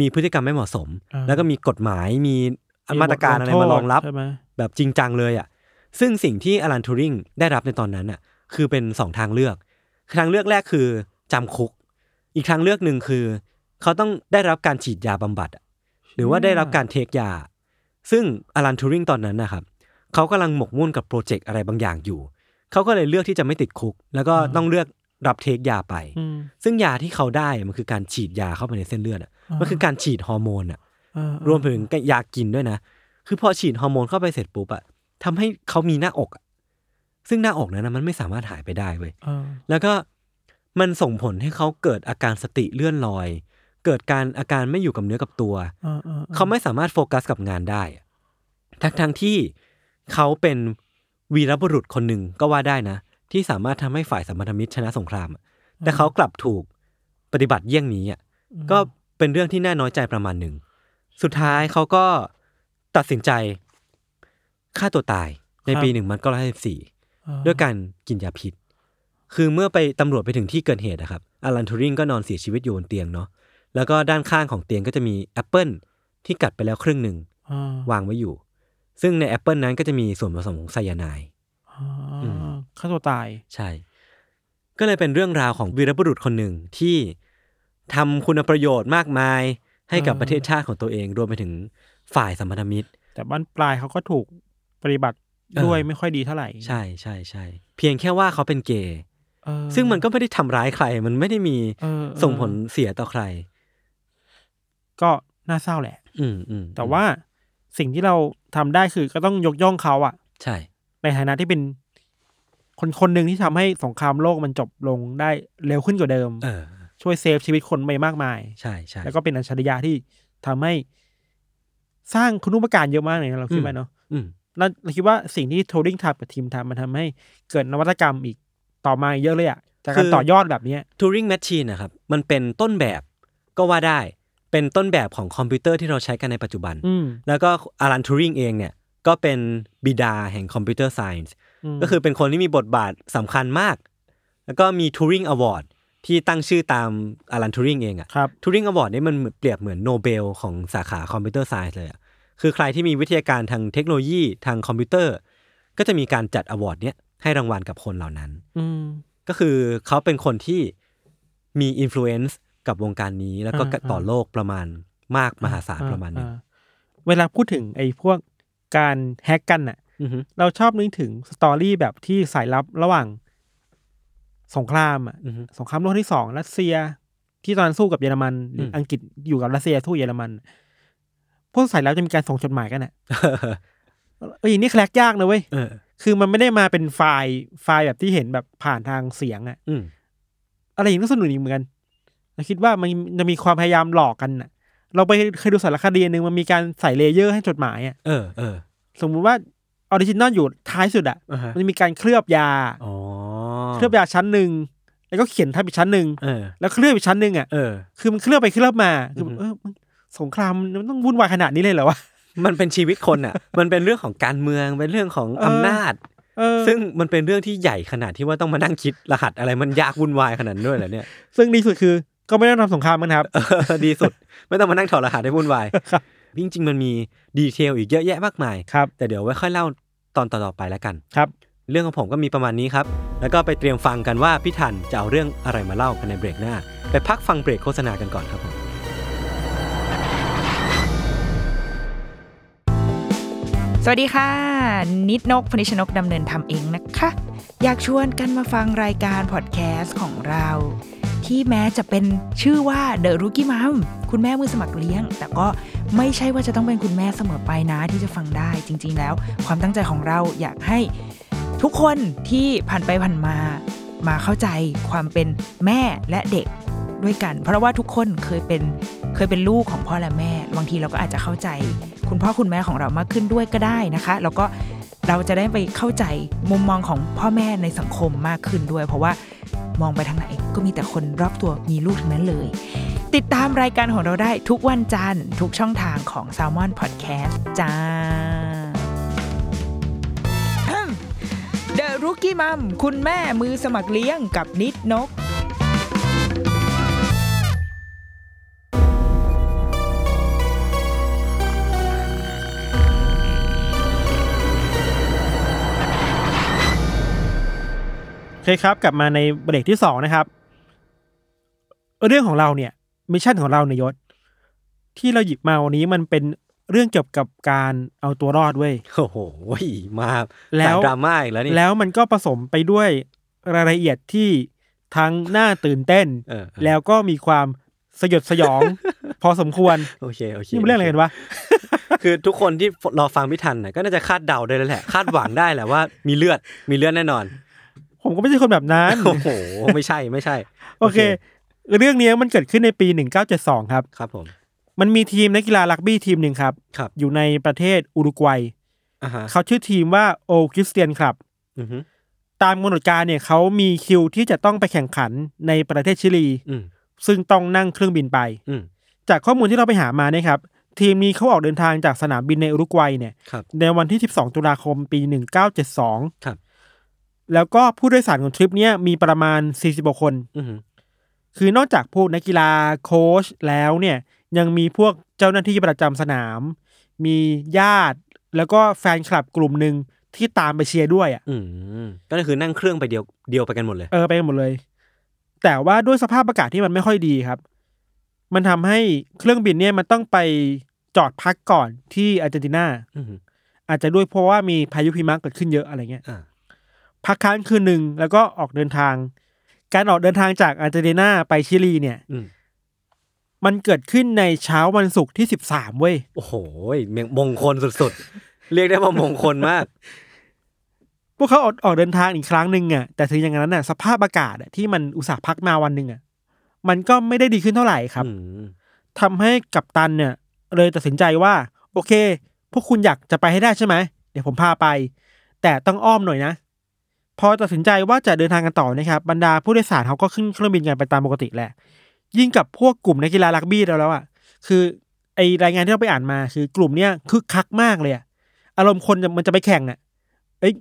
มีพฤติกรรมไม่เหมาะสม
อ่า
แล้วก็มีกฎหมาย มีมาตรการอะไรมารองรับ
ใช่ไหม
แบบจริงจังเลยอ่ะ ซึ่งสิ่งที่อลันทูริงได้รับในตอนนั้นอ่ะ คือเป็นสองทางเลือก ทางเลือกแรกคือจำคุก อีกทางเลือกหนึ่งคือ เขาต้องได้รับการฉีดยาบำบัดอะหรือว่าได้รับการเทคยา ซึ่งอลันทูริงตอนนั้นนะครับ เขากำลังหมกมุ่นกับโปรเจกต์อะไรบางอย่างอยู่ เขาก็เลยเลือกที่จะไม่ติดคุก แล้วก็ต้องเลือก รับเทคยาไป
อืม
ซึ่งยาที่เขาได้มันคือการฉีดยาเข้าไปในเส้นเลือดอะมันคือการฉีดฮอร์โมนอะ
เออ
รวมถึงยากินด้วยนะ คือพอฉีดฮอร์โมนเข้าไปเสร็จปุ๊บอะทำให้เขามีหน้าอกอะซึ่งหน้าอกนั้นนะมันไม่สามารถหายไปได้เว้ย
เออ
แล้วก็มันส่งผลให้เขาเกิดอาการสติเลื่อนลอย เกิดการอาการไม่อยู่กับเนื้อกับตัว
เออออ
เขาไม่สามารถโฟกัสกับงานได้อะทั้งทั้งที่เขาเป็นวีรบุรุษคนหนึ่งก็ว่าได้นะ ที่สามารถทำให้ฝ่ายสัมพันธมิตรชนะสงครามอะแต่เขากลับถูกปฏิบัติเยี่ยงนี้อ่ะ ก็เป็นเรื่องที่น่าน้อยใจประมาณหนึ่ง สุดท้ายเขาก็ตัดสินใจฆ่าตัวตายในปีหนึ่งมันก็ร้อยสิบสี่
เออ
ด้วยการกินยาพิษ คือเมื่อไปตำรวจไปถึงที่เกิดเหตุนะครับอลันทูริงก็นอนเสียชีวิตอยู่บนเตียงเนาะ แล้วก็ด้านข้างของเตียงก็จะมีแอปเปิลที่กัดไปแล้วครึ่งหนึ่ง
เออ
วางไว้อยู่ ซึ่งในแอปเปิลนั้นก็จะมีส่วนผสมของไซยาไนด์
เอออ
ม
ฆ่าตัวตาย
ใช่ ก็เลยเป็นเรื่องราวของวีรบุรุษคนหนึ่งที่ทำคุณประโยชน์มากมายให้กับประเทศชาติของตัวเอง รวมไปถึงฝ่ายสัมพันธมิตร
แต่บ้านปลายเขาก็ถูกปฏิบัติด้วยไม่ค่อยดีเท่าไหร่
ใช่ใช่ใช่เพียงแค่ว่าเขาเป็นเกย์
เออ
ซึ่งมันก็ไม่ได้ทำร้ายใคร มันไม่ได้มี
เออเออ
ส่งผลเสียต่อใคร
ก็น่าเศร้าแหละ
อืมอืม
แต่ว่าสิ่งที่เราทำได้คือก็ต้องยกย่องเขาอะ
ใช่
ในฐานะที่เป็น คนคนหนึ่งที่ทำให้สงครามโลกมันจบลงได้เร็วขึ้นกว่าเดิม
เออ
ช่วยเซฟชีวิตคนไปมากมาย
ใช่ใช่
แล้วก็เป็นอัจฉริยะที่ทำให้สร้างคุณูปการเยอะมากเลยนะเราคิด
อืม
ว่าเนาะ
อืม
แล้วเราคิดว่าสิ่งที่โทดิงทำกับทีมทำมันทำให้เกิดนวัตกรรมอีกต่อมาเยอะเลยอะจากการต่อยอดแบบเนี้ย
ทูริงแมชชีนนะครับ มันเป็นต้นแบบก็ว่าได้ เป็นต้นแบบของคอมพิวเตอร์ที่เราใช้กันในปัจจุบัน
อืม
แล้วก็อารันทูริงเองเนี่ย ก็เป็นบิดาแห่งคอมพิวเตอร์ไซน์
ม
ก็คือเป็นคนที่มีบทบาทสำคัญมาก แล้วก็มีทูริงอวอร์ดที่ตั้งชื่อตามอารันทูริงเองอะ
ครับ
ทูริงอวอร์ดนี่มันเหมือนเปรียบเหมือนโนเบลของสาขาคอมพิวเตอร์ไซส์เลยอะคือใครที่มีวิทยาการทางเทคโนโลยีทางคอมพิวเตอร์ ก็จะมีการจัดอวอร์ดเนี้ยให้รางวัลกับคนเหล่านั้น
อืม
ก็คือเขาเป็นคนที่มีอิ f ฟ u e n c e กับวงการนี้ แล้วก็
อ่าๆ
ต่อโลกประมาณมากมหาศาล
อ่
ประมาณหนึง
อ่เวลาพูดถึงไอ้พวกการแฮกกันน่ะ
อือฮึ
เราชอบนึกถึงสตอรี่แบบที่สายลับระหว่างสงครามอ่ะ
อือฮึ
สงครามโลกที่สองรัสเซีย ที่ตอนนนสู้กับเยอรมันหรืออ
ม
อังกฤษอยู่กับรัสเซียสู้เยอรมัน พวกสายลับจะมีการส่งจดหมายกันอ่ะเอ้ยนี่แคลกยากนะเว้ย
เออ
คือมันไม่ได้มาเป็นไฟล์ไฟล์แบบที่เห็นแบบผ่านทางเสียงอ่ะ
อืม
อะไรอย่างนี้ก็สนุกอีกเหมือนกันเราคิดว่ามันจะมีความพยายามหลอกกันน่ะ เราไปเคยดูสารคดีอันหนึ่งมันมีการใส่เลเยอร์ให้จดหมายอ่ะ
เออเออ
สมมุติว่าออริจินอลอยู่ท้ายสุดอ่ะ
อ่าฮะ
มันจะมีการเคลือบยา
อ๋อ
เคลือบยาชั้นหนึ่ง แล้วก็เขียนทับอีกชั้นหนึ่ง
เออ
แล้วเคลือบอีกชั้นหนึ่งอ่ะ
เออ
คือมันเคลือบไปเคลือบมา คือ
อือฮึ
เออมันสงครามมันต้องวุ่นวายขนาดนี้เลยเหรอวะ
มันเป็นชีวิตคนอ่ะ [LAUGHS] มันเป็นเรื่องของการเมืองเป็นเรื่องของ
เออ
อำนาจ
เออ
ซึ่งมันเป็นเรื่องที่ใหญ่ขนาดที่ว่าต้องมานั่งคิดรหัสอะไรมันยากวุ่นวายขนาดนั้นด้วยเหรอเนี่ย
ซึ่งดีสุดคือ ก็ไม่ต้องทำสงครามมันครับ
เออดีสุด ไม่ต้องมานั่งถอดรหัสให้วุ่นวาย
ครับ
จริงๆมันมีดีเทลอีกเยอะแยะมากมาย
ครับ
แต่เดี๋ยวไว้ค่อยเล่าตอนต่อๆไปแล้วกัน
ครับ
เรื่องของผมก็มีประมาณนี้ครับ แล้วก็ไปเตรียมฟังกันว่าพี่ทันจะเอาเรื่องอะไรมาเล่ากันในเบรกหน้า ไปพักฟังเบรกโฆษณากันก่อนครับผม
สวัสดีค่ะ นิดนกพนิชนกดำเนินทำเองนะคะ อยากชวนกันมาฟังรายการพอดแคสต์ของเรา ที่แม้จะเป็นชื่อว่า The Rookie Mom คุณแม่มือสมัครเลี้ยง แต่ก็ไม่ใช่ว่าจะต้องเป็นคุณแม่เสมอไปนะที่จะฟังได้จริง ๆ แล้ว ความตั้งใจของเราอยากให้ทุกคนที่ผ่านไปผ่านมา มาเข้าใจความเป็นแม่และเด็กด้วยกัน เพราะว่าทุกคนเคยเป็นเคยเป็นลูกของพ่อและแม่ บางทีเราก็อาจจะเข้าใจ คุณพ่อคุณแม่ของเรามากขึ้นด้วยก็ได้นะคะ แล้วก็เราจะได้ไปเข้าใจมุมมองของพ่อแม่ในสังคมมากขึ้นด้วย เพราะว่ามองไปทางไหนก็มีแต่คนรอบตัวมีลูกทั้งนั้นเลย ติดตามรายการของเราได้ทุกวันจันทร์ทุกช่องทางของ s a l m o n Podcast จ้า The Rookie Mom คุณแม่มือสมัครเลี้ยงกับนิดนก
โอเคครับ กลับมาในเบรกที่สองนะครับ เรื่องของเราเนี่ย มิชชั่นของเราในยยศ ที่เราหยิบมาวันนี้มันเป็นเรื่องเกี่ยวกับการเอาตัวรอดเว้ย
โอ้โหมา
แล้ว
สายดราม่าอีกแล้วนี่
แล้วมันก็ผสมไปด้วยรายละเอียดที่ ทั้งน่าตื่นเต้น
เออ
แล้วก็มีความสยดสย
[LAUGHS]
อง พอสมควร
โอเคโอเค
นี่มันเรื่องอะไรกันวะ
คือ [LAUGHS] ทุกคนที่รอฟังไม่ทันน่ะก็น่าจะคาดเดาได้
[LAUGHS]
แล้วแหละ คาดหวังได้แหละว่ามีเลือดมีเลือดแน่นอน
ผมก็ไม่ใช่คนแบบนั้น
โอ้โหไม่ใช่ไม่ใช่
โอเค เรื่องนี้มันเกิดขึ้นในปี 1972 ครับ
ครับผม
มันมีทีมนักกีฬารักบี้ทีมหนึ่งครับ
ครับ
อยู่ในประเทศอุรุกวัย
อ่าฮะ
เขาชื่อทีมว่าโอคริสเตียนครับ
อือฮึ
ตามกำหนดการเนี่ยเขามีคิวที่จะต้องไปแข่งขันในประเทศชิลี
อืม
ซึ่งต้องนั่งเครื่องบินไป
อืม
จากข้อมูลที่เราไปหามาเนี่ยครับ ทีมนี้เขาออกเดินทางจากสนามบินในอุรุกวัยเนี่ย
ครับ
ในวันที่ 12 ตุลาคมปี 1972
ครับ
แล้วก็ผู้โดยสารของทริปเนี้มีประมาณ 46 คน
อือฮึ
คือนอกจากพวกนักกีฬาโค้ชแล้วเนี่ยยังมีพวกเจ้าหน้าที่ประจำสนาม มีญาติ แล้วก็แฟนคลับกลุ่มหนึ่งที่ตามไปเชียร์ด้วยอ่ะ
อืมก็คือนั่งเครื่องไปเดียวเดียวไปกันหมดเลย
เออไปกันหมดเลย แต่ว่าด้วยสภาพอากาศที่มันไม่ค่อยดีครับ มันทำให้เครื่องบินเนี่ยมันต้องไปจอดพักก่อนที่อาร์เจนตินา
อือฮึ
อาจจะด้วยเพราะว่ามีพายุหิมะเกิดขึ้นเยอะอะไรเงี้ย
อ่า
พักค้างคืนหนึ่งแล้วก็ออกเดินทาง การออกเดินทางจากอาร์เจนตินาไปชิลีเนี่ย
อืม
มันเกิดขึ้นในเช้าวันศุกร์ที่ 13 เว้ย
โอ้โหเมงมงคลสุดๆ เรียกได้ว่ามงคลมาก
พวกเขาออกออกเดินทางอีกครั้งหนึ่งอะ่ะ แต่ถึงอย่างนั้นน่ะสภาพอากาศอะที่มันอุตส่าห์พักมาวันหนึ่งอะ่ะ มันก็ไม่ได้ดีขึ้นเท่าไหร่ครับ
อืม
ทำให้กัปตันเนี่ย เลยตัดสินใจว่า โอเค พวกคุณอยากจะไปให้ได้ใช่ไหม เดี๋ยวผมพาไป แต่ต้องอ้อมหน่อยนะ พอตัดสินใจว่าจะเดินทางกันต่อนะครับ บรรดาผู้โดยสารเขาก็ขึ้นเครื่องบินกันไปตามปกติแหละ ยิ่งกับพวกกลุ่มนักกีฬารักบี้แล้วแล้วอ่ะคือไอรายงานที่เราไปอ่านมาคือกลุ่มเนี้ยคึกคักมากเลยอะอารมณ์คนจะมันจะไปแข่งอ่ะเอ้ย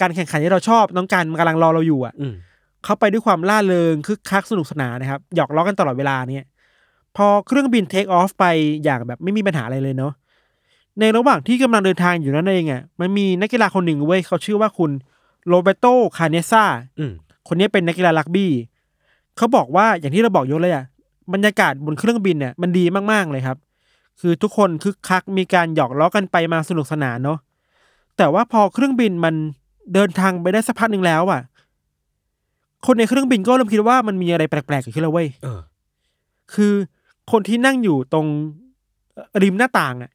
การแข่งขันที่เราชอบน้องการมันกำลังรอเราอยู่อ่ะ
อืม
เขาไปด้วยความล่าเริงคึกคักสนุกสนานนะครับ หยอกล้อกันตลอดเวลาเนี่ย พอเครื่องบินเทคออฟไปอย่างแบบไม่มีปัญหาอะไรเลยเนาะในระหว่างที่กำลังเดินทางอยู่นั่นเองอะ่ะมันมีนักกีฬาคนหนึ่งเว้ยเขาชื่อว่าคุณโรเบโตคาเนซ่า
อืม
คนนี้เป็นนักกีฬารักบี้เขาบอกว่าอย่างที่เราบอกยศเลยอะ่ะบรรยากาศบนเครื่องบินเนี่ยมันดีมากๆเลยครับ คือทุกคนคึกคักมีการหยอกล้อกันไปมาสนุกสนานเนาะแต่ว่าพอเครื่องบินมันเดินทางไปได้สักพักหนึ่งแล้วอ่ะ คนในเครื่องบินก็เริ่มคิดว่ามันมีอะไรแปลกๆเกิดขึ้นแล้วเว้ย
เออ
คือคนที่นั่งอยู่ตรงเอ่อริมหน้าต่างอะ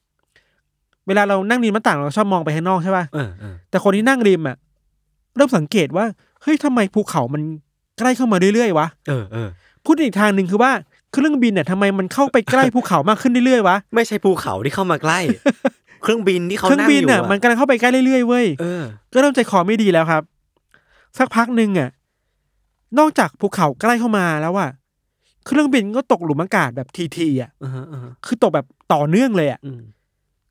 เวลาเรานั่งริมหน้าต่างเราชอบมองไปข้างนอกใช่ป่ะ
เออเออ
แต่คนที่นั่งริมอะเริ่มสังเกตว่า เฮ้ยทำไมภูเขามันใกล้เข้ามาเรื่อยๆวะ
เออเออ
พูดอีกทางหนึ่งคือว่าเครื่องบินเนี่ยทำไมมันเข้าไปใกล้ภูเขามากขึ้นเรื่อยๆวะ
ไม่ใช่ภูเขาที่เข้ามาใกล้
[LAUGHS]
เครื่องบินที่เขา
เครื่อง
นั่ง
บิน
อยู่
น่ะ
อะ
มันกำลังเข้าไปใกล้เรื่อยๆเว้ย
เออ
ก็เริ่มใจคอไม่ดีแล้วครับ สักพักหนึ่งอ่ะ นอกจากภูเขาใกล้เข้ามาแล้วอ่ะเครื่องบินก็ตกหลุมอากาศแบบทีๆอ่ะ
อ่าฮะอ่าฮะ
คือตกแบบต่อเนื่องเลยอ่ะ
อืม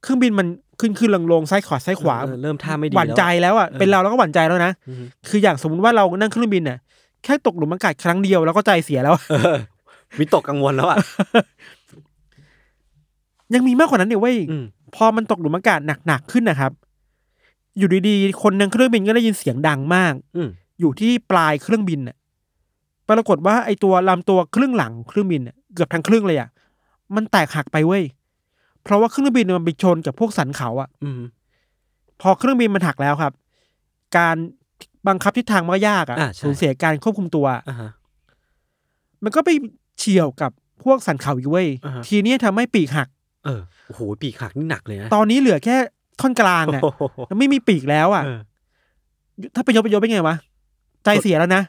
เครื่องบินมันขึ้นขึ้นลงลงซ้ายขวาซ้ายขวา
เออเริ่มท่าไม่ดี
หวั่นใจแล้วอ่ะ
เออ
เป็นเราเราก็หวั่นใจแล้วนะ
อือฮึ
คืออย่างสมมติว่าเรานั่งเครื่องบินน่ะแค่ตกหลุมอากาศครั้งเดียวเราก็ใจเสียแล้วอะ [LAUGHS]
เออวิตกกังวลแล้วอ่ะ
ยังมีมากกว่านั้นเนี่ยเว้ย
อืม
พอมันตกหลุมอากาศหนักๆขึ้นนะครับ อยู่ดีๆคนนั่งเครื่องบินก็ได้ยินเสียงดังมาก
อืม
อยู่ที่ปลายเครื่องบินน่ะ ปรากฏว่าไอตัวลำตัวครึ่งหลังของเครื่องบินน่ะเกือบทั้งครึ่งเลยอ่ะ มันแตกหักไปเว้ย เพราะว่าเครื่องบินมันไปชนกับพวกสันเขาอ่ะ
อืม
พอเครื่องบินมันหักแล้วครับ การบังคับทิศทางมันก็ยาก
อ่า
อ่ะ
ใช่
สูญเสียการควบคุมตัว
อ่าฮะ
มันก็ไปเฉียวกับพวกสันเขาอีกเว้ย
อ่าฮะ
ทีเนี้ยทำให้ปีกหัก
เออโอ้โหปีกหักนี่หนักเลยนะ
ตอนนี้เหลือแค่ท่อนกลางอ่ะ
โอ้โห
แล้วไม่มีปีกแล้วอ่ะ
เออ
ถ้าไปยกไปยกเป็นไงวะ ใจเสียแล้วนะ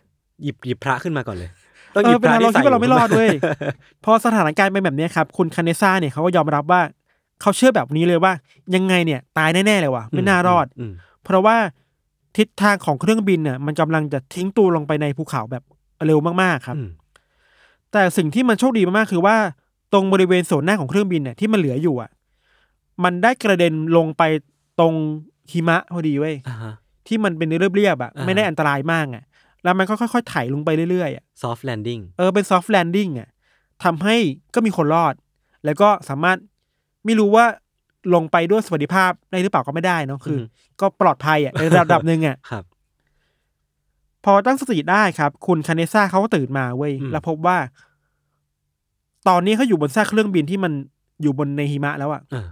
หยิบหยิบพระขึ้นมาก่อนเลย
เออเป็นเราเราคิดว่าเราไม่รอดเว้
[LAUGHS]
ย
ใส่
พอสถานการณ์เป็นแบบเนี้ยครับ คุณคาเนซ่าเนี่ยเขาก็ยอมรับว่า เขาเชื่อแบบนี้เลยว่า ยังไงเนี่ย ตายแน่ ๆ เลยว่ะไม่น่ารอด
ม
เพราะว่าทิศทางของเครื่องบินน่ะมันกำลังจะทิ้งตัวลงไปในภูเขาแบบเร็วมากๆครับ
อืม
แต่สิ่งที่มันโชคดีมากๆคือว่าตรงบริเวณโซนหน้าของเครื่องบินเนี่ยที่มันเหลืออยู่อ่ะ มันได้กระเด็นลงไปตรงหิมะพอดีเว้ย
อ่าฮะ
ที่มันเป็นเรียบๆอ่ะ
อ่า
ไม่ได้อันตรายมากอ่ะ แล้วมันก็ค่อยๆไถลงไปเรื่อยๆอ่ะ
ซอฟต์แลนดิ้ง
เออเป็นซอฟต์แลนดิ้งอ่ะทำให้ก็มีคนรอด แล้วก็สามารถไม่รู้ว่าลงไปด้วยสวัสดิภาพได้หรือเปล่าก็ไม่ได้เนอะคืออก็ปลอดภัยอ่ะในระดับหนึ่งอ่ะ
ครับ
พอตั้งสติได้ครับ คุณคาเนซ่าเขาก็ตื่นมาเว้ย
อืม
แล้วพบว่า ตอนนี้เขาอยู่บนซากเครื่องบินที่มันอยู่บนในหิมะแล้วอ่ะ
เออ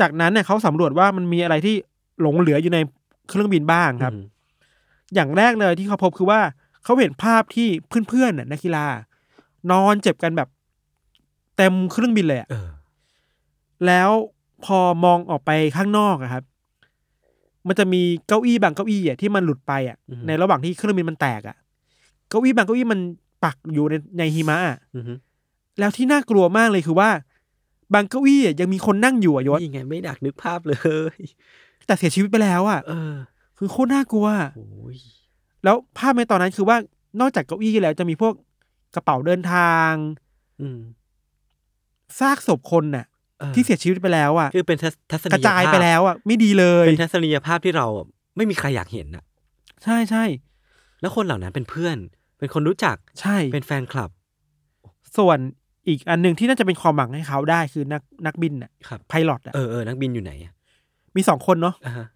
จากนั้นเนี่ยเขาสำรวจว่ามันมีอะไรที่หลงเหลืออยู่ในเครื่องบินบ้างครับ
อืม
อย่างแรกเลยที่เขาพบคือว่า เขาเห็นภาพที่เพื่อนๆน่ะนักกีฬานอนเจ็บกันแบบเต็มเครื่องบินเลยอะ
เออ
แล้วพอมองออกไปข้างนอกอะครับ มันจะมีเก้าอี้บางเก้าอี้อะที่มันหลุดไปอะ
อือฮึ
ในระหว่างที่เครื่องบินมันแตกอะเก้าอี้บางเก้าอี้มันปักอยู่ในในหิมะอะ
อือฮึ
แล้วที่น่ากลัวมากเลยคือว่า บางเก้าอี้อะยังมีคนนั่งอยู่อะยศ
นี่ไงไม่ดักนึกภาพเลย
แต่เสียชีวิตไปแล้วอะ
เออ
คือโคตรน่ากลัว
โอ้ย
แล้วภาพในตอนนั้นคือว่านอกจากเก้าอี้แล้วจะมีพวกกระเป๋าเดินทาง
อืม
ซากศพคนน่ะ
ออ
ที่เสียชีวิตไปแล้วอ่ะ
คือเป็นทัศทัศนียภาพ
กระจายไปแล้วอ่ะไม่ดีเลย
เป็นทัศนียภาพที่เราอะไม่มีใครอยากเห็นน่ะ
ใช่ใช่
แล้วคนเหล่านั้นเป็นเพื่อน เป็นคนรู้จัก
ใช่
เป็นแฟนคลับ
ส่วนอีกอันหนึ่งที่น่าจะเป็นความหวังให้เขาได้คือนักนักบินอ่ะ
ครับ
ไพลอตอ่ะ
เออเออนักบินอยู่ไหนอะ
มีสองคนเนาะ
อ่าฮะ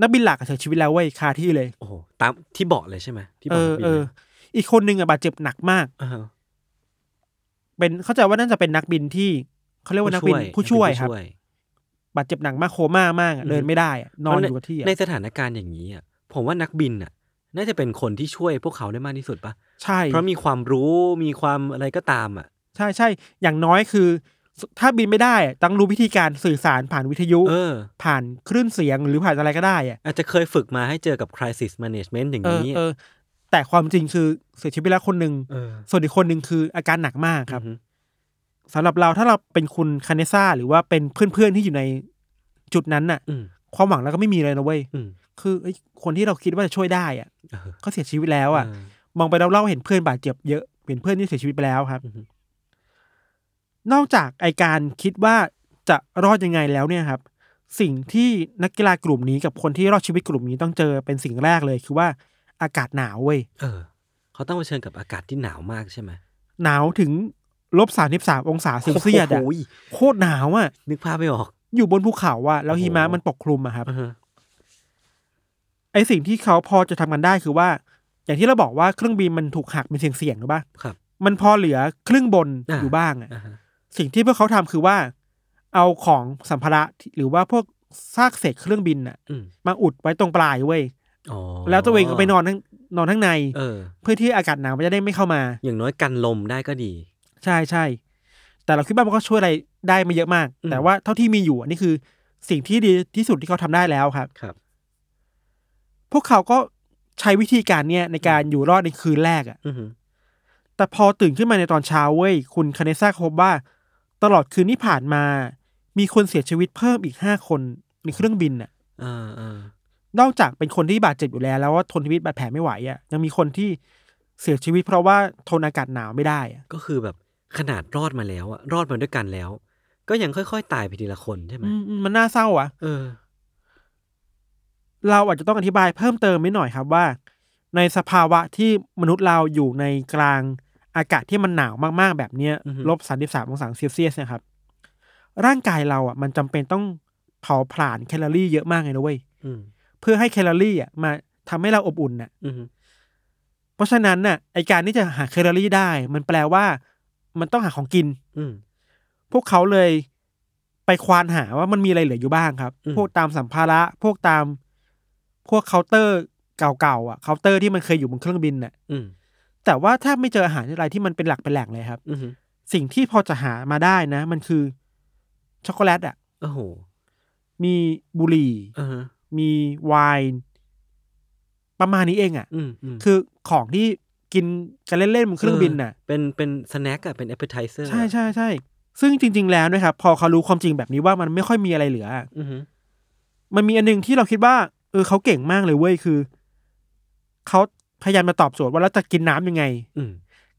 นักบินหลักอะเสียชีวิตแล้วเว้ยคาที่เลย
โอ้โหตามที่เบาะเลยใช่ไหมที่
เอ
เบาะ
อ
บิน
เออ
เลย
อีกคนหนึ่งอ่ะบาดเจ็บหนักมาก
อ่าฮะ
เป็นเข้าใจว่าน่าจะเป็นนักบินที่เขาเรียกว่านักบินผู้ช่วยครับ
นักบินผู้
บาดเจ็บหนักมากโคม่ามากอะ
อือฮึ
เดินไม่ได้อะนอนอยู่กับที่อะ
ในสถานการณ์อย่างนี้อ่ะผมว่านักบินอ่ะ น่าจะเป็นคนที่ช่วยพวกเขาได้มากที่สุดปะ
ใช่
เพราะมีความรู้มีความอะไรก็ตามอ่ะ
ใช่ใช่อย่างน้อยคือ ถ้าบินไม่ได้อะต้องรู้วิธีการสื่อสารผ่านวิทยุ
เออ
ผ่านคลื่นเสียงหรือผ่านอะไรก็ได้อะ
อาจจะเคยฝึกมาให้เจอกับ crisis management อย่าง
เออ
นี้
เออแต่ความจริงคือเสียชีวิตไปแล้วคนหนึ่ง
เออ
ส่วนอีกคนหนึ่งคืออาการหนักมากครับ
อือฮึ
สำหรับเราถ้าเราเป็นคุณคาเนซ่าหรือว่าเป็นเพื่อนๆที่อยู่ในจุดนั้นน่ะ
อืม
ความหวังเราก็ไม่มีเลยนะเว้ย
อืม
คือเอ้ยคนที่เราคิดว่าจะช่วยได้อ่ะ
เออ
เขาเสียชีวิตแล้วอ่ะ
เออ
มองไปเราเล่าๆเห็นเพื่อนบาดเจ็บเยอะเห็นเพื่อนที่เสียชีวิตไปแล้วครับ
อือฮึ
นอกจากไอการคิดว่าจะรอดยังไงแล้วเนี่ยครับ สิ่งที่นักกีฬากลุ่มนี้กับคนที่รอดชีวิตกลุ่มนี้ต้องเจอเป็นสิ่งแรกเลย คือว่าอากาศหนาวเว้ย
เออ เขาต้องเผชิญกับอากาศที่หนาวมากใช่ไหม
หนาวถึงลบสามสามองศาเซลเซียส
โอ้
อ่ะ
โห
โคตรหนาวอ่ะ
นึกภาพไม่ออก
อยู่บนภูเขาอ่ะแล้ว
โอ้โห
หิมะมันปกคลุมอ่ะครับ
อ่าฮะ
ไอสิ่งที่เขาพอจะทำกันได้คือว่า อย่างที่เราบอกว่าเครื่องบินมันถูกหักเป็นเสี่ยงๆหรือปะ
ครับ
มันพอเหลือครึ่งบน
อ่า
อยู่บ้างอ่ะ
อ่าฮะ
สิ่งที่พวกเขาทำคือว่า เอาของสัมภาระที่หรือว่าพวกซากเศษเครื่องบินอ่ะ
อืม
มาอุดไว้ตรงปลายเว้ย
อ๋อ
แล้วตัวเองก็ไปนอนทั้างนอนทั้างใน
เออ
เพื่อที่อากาศหนาวมันจะได้ไม่เข้ามา
อย่างน้อยกันลมได้ก็ดี
ใช่ใช่ แต่เราคิดว่ามันก็ช่วยอะไรได้ไม่เยอะมาก
อืม
แต่ว่าเท่าที่มีอยู่อันนี่คือสิ่งที่ดีที่สุดที่เขาทำได้แล้วครับ
ครับ
พวกเขาก็ใช้วิธีการเนี้ยในการอยู่รอดในคืนแรกอะ
อือฮึ
แต่พอตื่นขึ้นมาในตอนเช้าเว้ย คุณคาเนซ่าก็พบว่า ตลอดคืนที่ผ่านมา มีคนเสียชีวิตเพิ่มอีกห้าคนในเครื่องบินน่ะ
อ่าอ่าน
อกจากเป็นคนที่บาดเจ็บอยู่แล้ว แล้วว่าทนชีวิตบาดแผลไม่ไหวอะยังมีคนที่เสียชีวิต เพราะว่าทนอากาศหนาวไม่ได้อะ
ก็คือแบบขนาดรอดมาแล้วอะรอดมาด้วยกันแล้ว ก็ยังค่อยๆ ตายไปทีละคนใช่ไหม
อืมอืมมันน่าเศร้าอ่ะ
เออ
เราอาจจะต้องอธิบายเพิ่มเติมนิดหน่อยครับว่า ในสภาวะที่มนุษย์เราอยู่ในกลางอากาศที่มันหนาวมากๆ แบบเนี้ย
อือฮึ
ลบสามสิบสามองศาเซลเซียสเนะครับ ร่างกายเราอ่ะ มันจำเป็นต้องเผาผลาญแคลอรี่เยอะมากเลยนะเว้ย
อืม
เพื่อให้แคลอรี่อ่ะมาทำให้เราอบอุ่นน่ะ
อือฮึ
เพราะฉะนั้นน่ะไอการที่จะหาแคลอรี่ได้ มันแปลว่ามันต้องหาของกิน
อืม
พวกเขาเลยไปควานหาว่ามันมีอะไรเหลืออยู่บ้างครับ
อืม
พวกตามสัมภาระ พวกตาม พวกเคาน์เตอร์เก่าๆอ่ะเคาน์เตอร์ที่มันเคยอยู่บนเครื่องบินน่ะ
อืม
แต่ว่าแทบไม่เจออาหารอะไรที่มันเป็นหลักเป็นแหล่งเลยครับ
อือฮึ
สิ่งที่พอจะหามาได้นะ มันคือช็อกโกแลตอ่ะ
โอ้โห
มีบุหรี่
อ่าฮะ
มีไวน์ประมาณนี้เองอ่ะ
อืมอืม
คือของที่กินกันเล่นๆบนเครื่องบินน่ะ
เป็นเป็นสแน็คอะเป็น appetizer
ใช่ใช่ใช่ซึ่งจริง ๆ แล้วนะครับพอเขารู้ความจริงแบบนี้ว่ามันไม่ค่อยมีอะไรเหลือ
อือฮึ
มันมีอันหนึงที่เราคิดว่าเออเขาเก่งมากเลยเว้ยคือเขาพยายามมาตอบโจทย์ว่าเราจะกินน้ำยังไง
อืม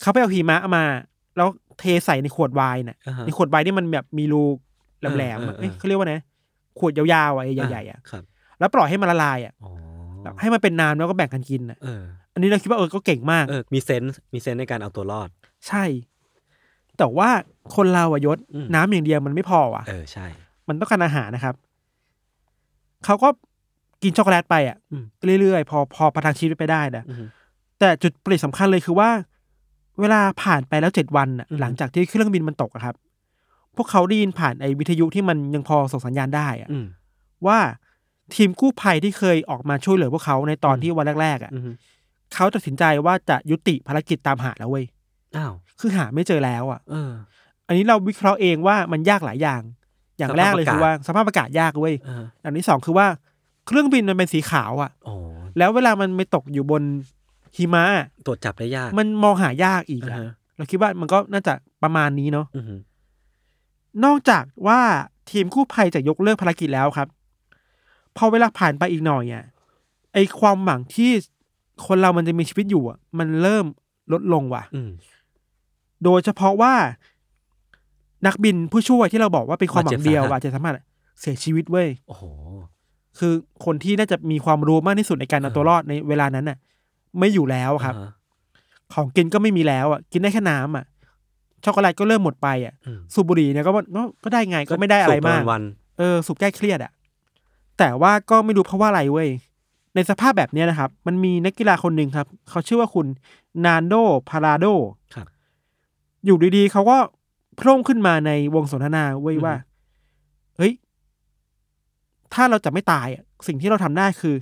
เขาไปเอาหิมะมา แล้วเทใส่ในขวดไวน์น่ะ
อ่าฮะ
ในขวดไวน์ที่มันแบบมีรูแหลมๆอะ
เออเออ
เอ้ยเขาเรียกว่าไงขวดยาวๆอ่ะใหญ่ๆอ่ะ
ครับ
แล้วปล่อยให้มันละลายอ่ะ
อ๋อ
แบบให้มันเป็นน้ำแล้วก็แบ่งกันกินอ่ะ
เออ
อันนี้เราคิดว่าเออก็เก่งมาก
เออ มีเซนส์มีเซนส์ในการเอาตัวรอด
ใช่ แต่ว่าคนเราอะยศ
อืม
น้ำอย่างเดียวมันไม่พออ่ะ
เออ ใช่
มันต้องการอาหารนะครับ เขาก็กินช็อกโกแลตไปอ่ะ
อืม
เรื่อยๆ พอพอประทังชีวิตไปได้นะ
อือฮึ
แต่จุดเปลี่ยนสำคัญเลยคือว่า เวลาผ่านไปแล้วเจ็ดวันน่ะ
อือฮึ
หลังจากที่เครื่องบินมันตกอะครับ พวกเขาได้ยินผ่านไอ้วิทยุที่มันยังพอส่งสัญญาณได้อะ
อืม
ว่าทีมกู้ภัยที่เคยออกมาช่วยเหลือพวกเขาในตอน
อืม
ที่วันแรกๆอะ
อือฮึ
เขาตัดสินใจว่าจะยุติภารกิจตามหาแล้วเว้ย
อ้าว
คือหาไม่เจอแล้วอ่ะ
เออ
อันนี้เราวิเคราะห์เองว่ามันยากหลายอย่าง อย่างแรกเลยคือว่าสภาพอากาศยากเว้ย
เออ
อันที่สองคือว่าเครื่องบินมันเป็นสีขาวอ่ะ
โอ้
แล้วเวลามันไปตกอยู่บนหิมะ
ตรวจจับได้ยาก
มันมองหายากอีก
อ่า
อะ
ฮะ
เราคิดว่ามันก็น่าจะประมาณนี้เนาะ
อือหือน
อกจากว่าทีมกู้ภัยจะยกเลิกภารกิจแล้วครับ พอเวลาผ่านไปอีกหน่อยอ่ะไอความหวังที่คนเรามันจะมีชีวิตอยู่อะมันเริ่มลดลงว่ะ
อืม
โดยเฉพาะว่า นักบินผู้ช่วยที่เราบอกว่าเป็นความหวังเดียวอาจจะสามารถเสียชีวิตเว้ย
โอ้โห
คือคนที่น่าจะมีความรู้มากที่สุดในการเอาตัวรอดในเวลานั้นน่ะ ไม่อยู่แล้วครับ
อ่าฮะ
ของกินก็ไม่มีแล้วอ่ะกินได้แค่น้ำอ่ะ ช็อกโกแลตก็เริ่มหมดไปอ่ะ
อืม
สูบบุหรี่เนี่ยก็ว่าก็ก็ได้ไงก็ไม่ได้อะไรมาก
สูบตนวัน
เออสูบแก้เครียดอ่ะ แต่ว่าก็ไม่รู้เพราะว่าอะไรเว้ย ในสภาพแบบเนี้ยนะครับ มันมีนักกีฬาคนหนึ่งครับ เขาชื่อว่าคุณนานโดพาราโด
ครับ
อยู่ดีๆ เขาก็โพร่งขึ้นมาในวงสนทนาเว้ย
อือฮึ
ว่า เฮ้ย ถ้าเราจะไม่ตายอะสิ่งที่เราทำได้คือ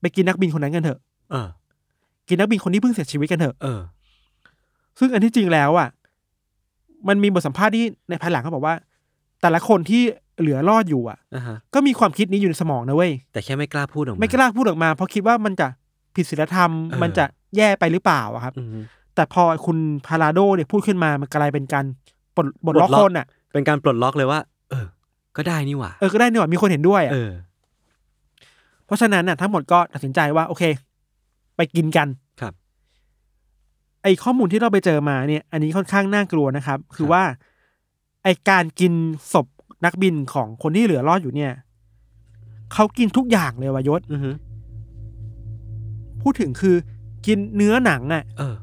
ไปกินนักบินคนนั้นกันเถอะ
เออ
กินนักบินคนที่เพิ่งเสียชีวิตกันเถอะ
เออ
ซึ่งอันที่จริงแล้วอ่ะ มันมีบทสัมภาษณ์ที่ในภายหลังเขาบอกว่า แต่ละคนที่เหลือรอดอยู่อ่ะ
อ่าฮะ
ก็มีความคิดนี้อยู่ในสมองนะเว้ย
แต่แค่ไม่กล้าพูดออกมา
ไม่กล้าพูดออกมา เพราะคิดว่ามันจะผิดศีลธรรม
เออ
มันจะแย่ไปหรือเปล่าอะครับ
อืม
แต่พอคุณพาราโดเนี่ยพูดขึ้นมา มันกลายเป็นการปลดบทล็อกคนอ่ะ
เป็นการปลดล็อกเลยว่า เออ ก็ได้นี่หว่า
เออก็ได้นี่หว่ามีคนเห็นด้วยอะ
เออ
เพราะฉะนั้นน่ะทั้งหมดก็ตัดสินใจว่า โอเค ไปกินกัน
ครับ
ไอข้อมูลที่เราไปเจอมาเนี่ย อันนี้ค่อนข้างน่ากลัวนะครับ คือว่า ไอการกินศพนักบินของคนที่เหลือรอดอยู่เนี่ยเขากินทุกอย่างเลยวายศ
อือหือ
พูดถึงคือ กินเนื้อหนังอ่ะ
เออ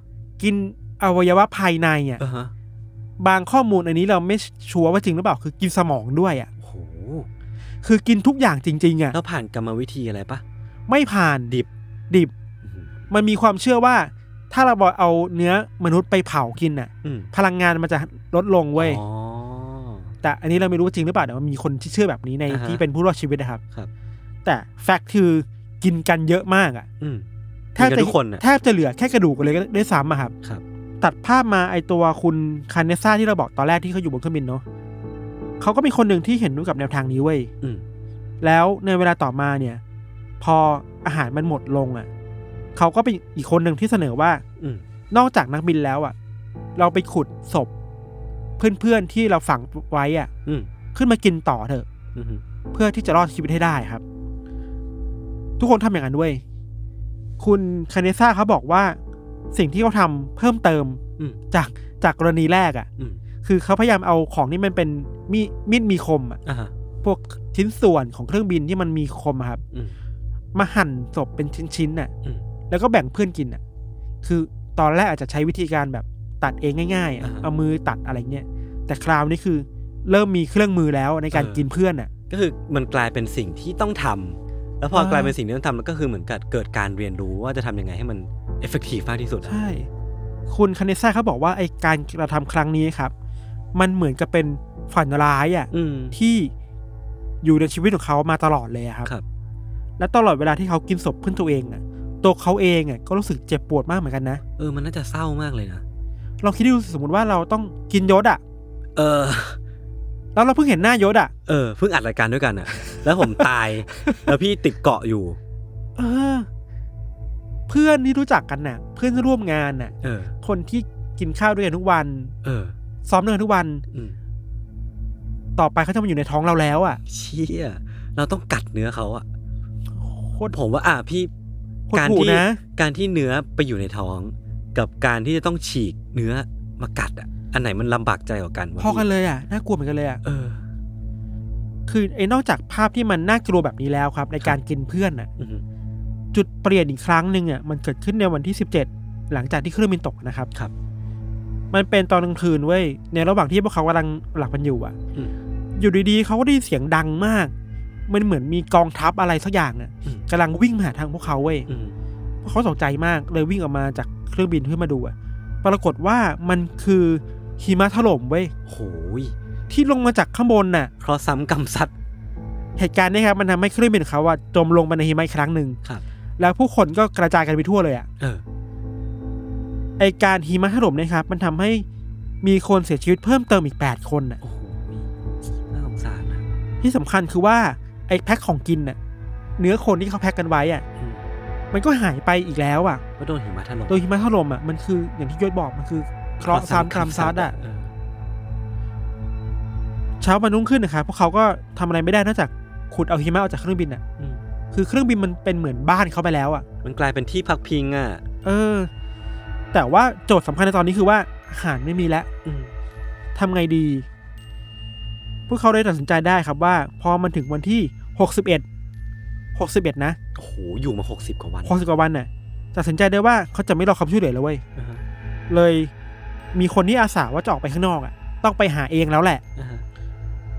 กินอวัยวะภายในอ่ะ
เออฮะ
บางข้อมูลอันนี้เราไม่ชัวร์ว่าจริงหรือเปล่า คือกินสมองด้วยอ่ะ
โอ้โห
คือกินทุกอย่างจริง ๆอ่ะ
แล้วผ่านกรรมวิธีอะไรปะ
ไม่ผ่าน
ดิบ
ดิบ
อื้อหือ
มันมีความเชื่อว่า ถ้าเราบอกเอาเนื้อมนุษย์ไปเผากินน่ะ
อืม
พลังงานมันจะลดลงเว้ย
อ๋อ
แต่อันนี้เราไม่รู้ว่าจริงหรือเปล่าแต่ว่ามีคนที่เชื่อแบบนี้ใน
อ่าฮะ
ที่เป็นผู้รอดชีวิตนะครับ
ครับ
แต่แฟกต์คือกินกันเยอะมากอ่ะ
อืม
แทบ
กินกัน
จะ
ทุกคนน่ะ
แทบจะเหลือแค่กระดูกเลยก็ด้วยซ้ำอะครับ
ครับ
ตัดภาพมาไอตัวคุณคานเนซ่าที่เราบอกตอนแรกที่เขาอยู่บนเครื่องบินเนาะเขาก็มีคนหนึ่งที่เห็นด้วยกับแนวทางนี้เว้ย
อืม
แล้วในเวลาต่อมาเนี่ย พออาหารมันหมดลงอ่ะเขาก็เป็นอีกคนหนึ่งที่เสนอว่า
อืม
นอกจากนักบินแล้วอ่ะ เราไปขุดศพ เพื่อนๆที่เราฝังไว้อ่ะ
อืม
ขึ้นมากินต่อเถอะ
อือหือ
เพื่อที่จะรอดชีวิตให้ได้ครับ ทุกคนทำอย่างนั้นด้วย คุณคาเนซ่าเขาบอกว่า สิ่งที่เขาทำเพิ่มเติม
อืม
จากจากกรณีแรกอ่ะ
อืม
คือเขาพยายามเอาของที่มันเป็นมีดมีดมีคมอ่ะ
อ่าฮะ
พวกชิ้นส่วนของเครื่องบินที่มันมีคมอะครับ
อืม
มาหั่นศพเป็นชิ้นๆน่ะ
อืม
แล้วก็แบ่งเพื่อนกินน่ะ คือตอนแรกอาจจะใช้วิธีการแบบตัดเองง่ายๆอะ
อ่าฮะ
เอามือตัดอะไรเงี้ย แต่คราวนี้คือ เริ่มมีเครื่องมือแล้วในการ
เออ
กินเพื่อนน่ะ
ก็คือมันกลายเป็นสิ่งที่ต้องทำ แล้วพอ
เออ
กลายเป็นสิ่งที่ต้องทำมันก็คือเหมือนกับเกิดการเรียนรู้ว่าจะทำยังไงให้มันเอฟเฟกตีฟมากที่สุดอะ
ใช่ คุณคาเนซ่าเขาบอกว่าไอการกระทำครั้งนี้ครับ มันเหมือนกับเป็นฝันร้ายอ่ะ
อืม
ที่อยู่ในชีวิตของเขามาตลอดเลยอะครับ
ครับ
และตลอดเวลาที่เขากินศพเพื่อนตัวเองอ่ะ ตัวเขาเองอ่ะก็รู้สึกเจ็บปวดมากเหมือนกันนะ
เออ มันน่าจะเศร้ามากเลยนะ
เราคิดดูสิสมมติว่าเราต้องกินยศอ่ะ
เออ
แล้วเราเพิ่งเห็นหน้ายศอ่ะ
เออ เพิ่งอัดรายการด้วยกันอะแล้วผมตาย [LAUGHS] แล้วพี่ติดเกาะอยู่
เออ เพื่อนที่รู้จักกันน่ะ เพื่อนร่วมงานน่ะ
เออ
คนที่กินข้าวด้วยกันทุกวัน
เออ
ซ้อมด้วยกันทุกวัน
อืม
ต่อไปเขาจะมาอยู่ในท้องเราแล้วอ่ะ
เชี่ย เราต้องกัดเนื้อเขาอะ
โคตร
ผมว่าอ่ะพี่
หด
การ
หู่
ที่
นะ
การที่เนื้อไปอยู่ในท้อง กับการที่จะต้องฉีกเนื้อมากัดอะอันไหนมันลำบากใจกว่ากันวะ
พอกันเลยอ่ะน่ากลัวเหมือนกันเลยอ่ะ
เออ
คือไอ้นอกจากภาพที่มันน่ากลัวแบบนี้แล้วครับ ในการกินเพื่อนน่ะ
อืม
จุดเปลี่ยนอีกครั้งหนึ่งอ่ะมันเกิดขึ้นในวันที่สิบเจ็ดหลังจากที่เครื่องบินตกนะครับ
ครับ
มันเป็นตอนกลางคืนเว้ยในระหว่างที่พวกเขากำลังหลับกันอยู่อ่ะ
อืม
อยู่ดีๆเขาก็ได้ยินเสียงดังมาก มันเหมือนมีกองทัพอะไรสักอย่างอ่ะ
อืม
กำลังวิ่งมาหาทางพวกเขาเว้ย
อืม
เขาตกใจมากเลยวิ่งออกมาจากเครื่องบินเพื่อมาดูอะปรากฏว่ามันคือหิมะถล่มเว้ย
โหย
ที่ลงมาจากข้างบนน่ะ
เพราะซ้ำกำซัด
เหตุการณ์เนี้ครับมันทำให้เครื่องบินของเขาอะจมลงไปในหิมะอีกครั้งหนึ่ง
ครับ
แล้วผู้คนก็กระจายกันไปทั่วเลยอะ
เออ
ไอการหิมะถล่มเนะครับ มันทำให้มีคนเสียชีวิตเพิ่มเติมอีก 8 คนน่ะ
โอ้โหน่าสงสารนะ
ที่สำคัญคือว่าไอแพ็คของกินน่ะเนื้อคนที่เขาแพ็คกันไว้อ่ะ
อืม
มันก็หายไปอีกแล้วอ่ะ
ก็โดนหิมะถล่ม
โดยหิมะถล่มอ่ะมันคืออย่างที่ยศบอกมันคือเคราะห์ซ้ำกรรมซัดอ่ะ
เ
เช้าวันรุ่งขึ้นนะครับพวกเขาก็ทำอะไรไม่ได้นอกจากขุดเอาหิมะออกจากเครื่องบินอ่ะ
อืม
คือเครื่องบินมันเป็นเหมือนบ้านเขาไปแล้วอ่ะ
มันกลายเป็นที่พักพิงอ่ะ
เออ แต่ว่าโจทย์สำคัญในตอนนี้คือว่าอาหารไม่มีแล้ว
อืม
ทำไงดี พวกเขาเลยตัดสินใจได้ครับว่า พอมันถึงวันที่หกสิบเอ็ดหกสิบเอ็ดนะ
โอ้โหอยู่มาหกสิบกว่าวัน
หกสิบกว่าวันน่ะตัดสินใจได้ว่าเขาจะไม่รอความช่วยเหลือแล้วเว้ย
อ่าฮะ
เลยมีคนที่อาสาว่าจะออกไปข้างนอกอ่ะ ต้องไปหาเองแล้วแหละ
อ่าฮะ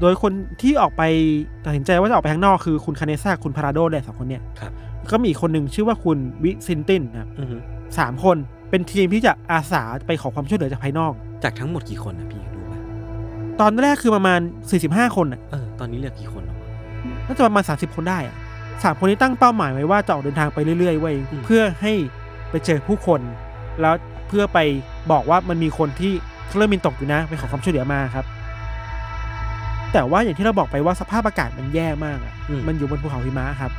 โดยคนที่ออกไปตัดสินใจว่าจะออกไปข้างนอกคือคุณคาเนซ่าคุณพาราโดเลยสองคนเนี่ย
ครับ
แล้วก็มีอีกคนหนึ่งชื่อว่าคุณวิซินตินนะครับ
อือฮึ
สามคนเป็นทีมที่จะอาสาไปขอความช่วยเหลือจากภายนอก
จากทั้งหมดกี่คนนะพี่รู้ป่ะ
ตอนแรกคือประมาณ 45 คนน่ะ
เออตอนนี้เหลือกี่คนแล้ววะ
น่าจะประมาณ 30 คนได้อะสามคนนี้ตั้งเป้าหมายไว้ว่าจะออกเดินทางไปเรื่อยๆเว้ย
อืม
เพื่อให้ไปเจอผู้คน แล้วเพื่อไปบอกว่ามันมีคนที่เครื่องบินตกอยู่นะไปขอความช่วยเหลือมาครับ แต่ว่าอย่างที่เราบอกไปว่าสภาพอากาศมันแย่มากอะ
อื
มันอยู่บนภูเขาหิมะครับ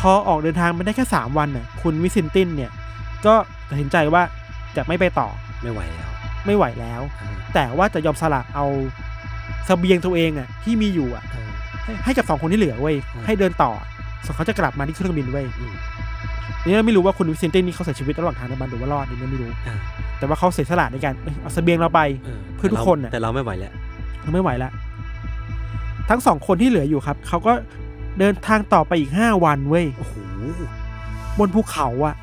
พอออกเดินทางมาได้แค่สามวันน่ะ คุณวิสินตินเนี่ย ก็ตัดสินใจว่าจะไม่ไปต่อ
ไม่ไหวแล้ว
ไม่ไหวแล้ว
อ่า
แต่ว่าจะยอมสละเอาเสบียงตัวเองอ่ะที่มีอยู่อ่ะ
เออ
ให้ให้กับสองคนที่เหลือเว้ย
อืม
ให้เดินต่อส่วนเขาจะกลับมาที่เครื่องบินเว้ย
อืม
นี่เราไม่รู้ว่าคุณวิสินตินนี่เขาเสียชีวิตระหว่างทางหรือเปล่าหรือว่ารอดนี่เราไม่รู้
อ่า
แต่ว่าเขาเสียสละในการเอ้ยเอาเสบียงเราไป เพื่อทุกคนน่ะ
แต่เราไม่ไหวแล้ว
เราไม่ไหวละทั้งสองคนที่เหลืออยู่ครับเขาก็เดินทางต่อไปอีกห้าวันเว้ย
โอ้โห
บนภูเขาอ่ะ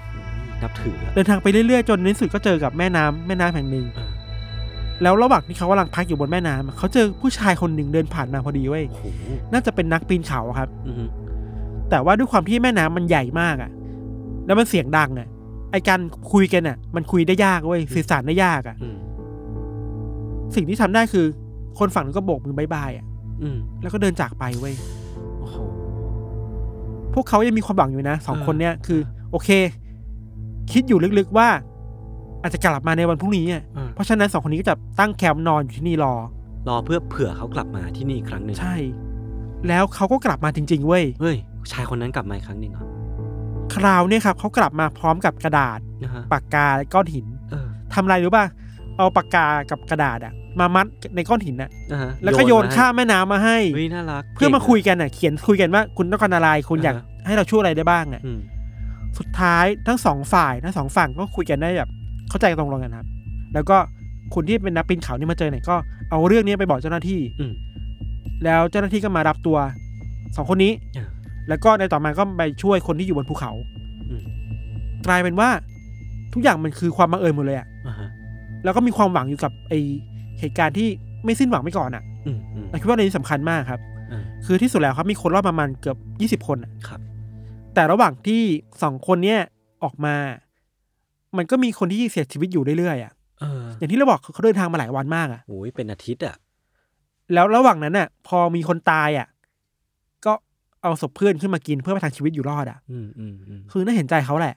นับถืออะ
เดินทางไปเรื่อยๆ จนในที่สุดก็เจอกับแม่น้ำแม่น้ำแห่งหนึ่ง
เออ
แล้วระหว่างที่เขากำลังพักอยู่บนแม่น้ำเขาเจอผู้ชายคนหนึ่งเดินผ่านมาพอดีเว้ย
โอ้โห
น่าจะเป็นนักปีนเขาอะครับ
อือฮึ
แต่ว่าด้วยความที่แม่น้ำมันใหญ่มากอ่ะ แล้วมันเสียงดังอ่ะไอการคุยกันอ่ะ มันคุยได้ยากเว้ยสื่อสารได้ยากอ่ะ
อืม
สิ่งที่ทำได้คือคนฝั่งนั้นก็โบกมือบายบายอ่ะ
อืม
แล้วก็เดินจากไปเว้ย
โอ้โห
พวกเขายังมีความหวังอยู่นะสอง
เออ
คนเนี้ยคือ โอเค คิดอยู่ลึกๆว่า อาจจะกลับมาในวันพรุ่งนี้อ่ะ
เออ
เพราะฉะนั้นสองคนนี้ก็จะตั้งแคมป์นอนอยู่ที่นี่รอ
รอเพื่อเผื่อเขากลับมาที่นี่อีกครั้งหนึ่ง
ใช่ แล้วเขาก็กลับมาจริง ๆ เว้ย
เฮ้ยชายคนนั้นกลับมาอีกครั้งหนึ่งเหรอ
คราวเนี่ยครับเขากลับมาพร้อมกับกระดาษ
นะฮะ
ปากกาและก้อนหิน
เออ
ทำอะไรรู้ป่ะ เอาปากกากับกระดาษอะมามัดในก้อนหินอะ
นะฮะ
แล้วก็โยน
มให้
ข้ามแม่น้ำมาให้
เฮ้ยน่ารัก
เพื่อมา
ก่งะ
คุยกันอะเขียนคุยกันว่าคุณต้องการอะไรคุณอยาก
อ่าฮะ
ให้เราช่วยอะไรได้บ้างอะ
อืม
สุดท้ายทั้งสองฝ่ายทั้งสองฝั่งก็คุยกันได้แบบเข้าใจตรงกันครับ แล้วก็คนที่เป็นนักปีนเขานี่มาเจอเนี่ยก็เอาเรื่องนี้ไปบอกเจ้าหน้าที่
อืม
แล้วเจ้าหน้าที่ก็มารับตัวสองคนนี้
อ่า
แล้วก็ในต่อมาก็ไปช่วยคนที่อยู่บนภูเขา
อืม
กลายเป็นว่าทุกอย่างมันคือความบังเอิญหมดเลยอะ
อ่าฮะ
แล้วก็มีความหวังอยู่กับไอเหตุการณ์ที่ไม่สิ้นหวังไม่ก่อนอะ
อืมอืม
เราคิดว่าเรื่องนี้สำคัญมากครับ
เออ
คือที่สุดแล้วครับมีคนรอดประมาณเกือบยี่สิบคนอะ
ครับ
แต่ระหว่างที่สองคนเนี้ยออกมา มันก็มีคนที่เสียชีวิตอยู่เรื่อยๆอะ
เออ
อย่างที่เราบอกเขาเดินทางมาหลายวันมากอะ
โอ้ยเป็นอาทิตย์อ่ะ
แล้วระหว่างนั้นอะพอมีคนตายอะก็เอาศพเพื่อนขึ้นมากินเพื่อประทังชีวิตอยู่รอดอะ
อืมอืมอืม
คือน่าเห็นใจเขาแหละ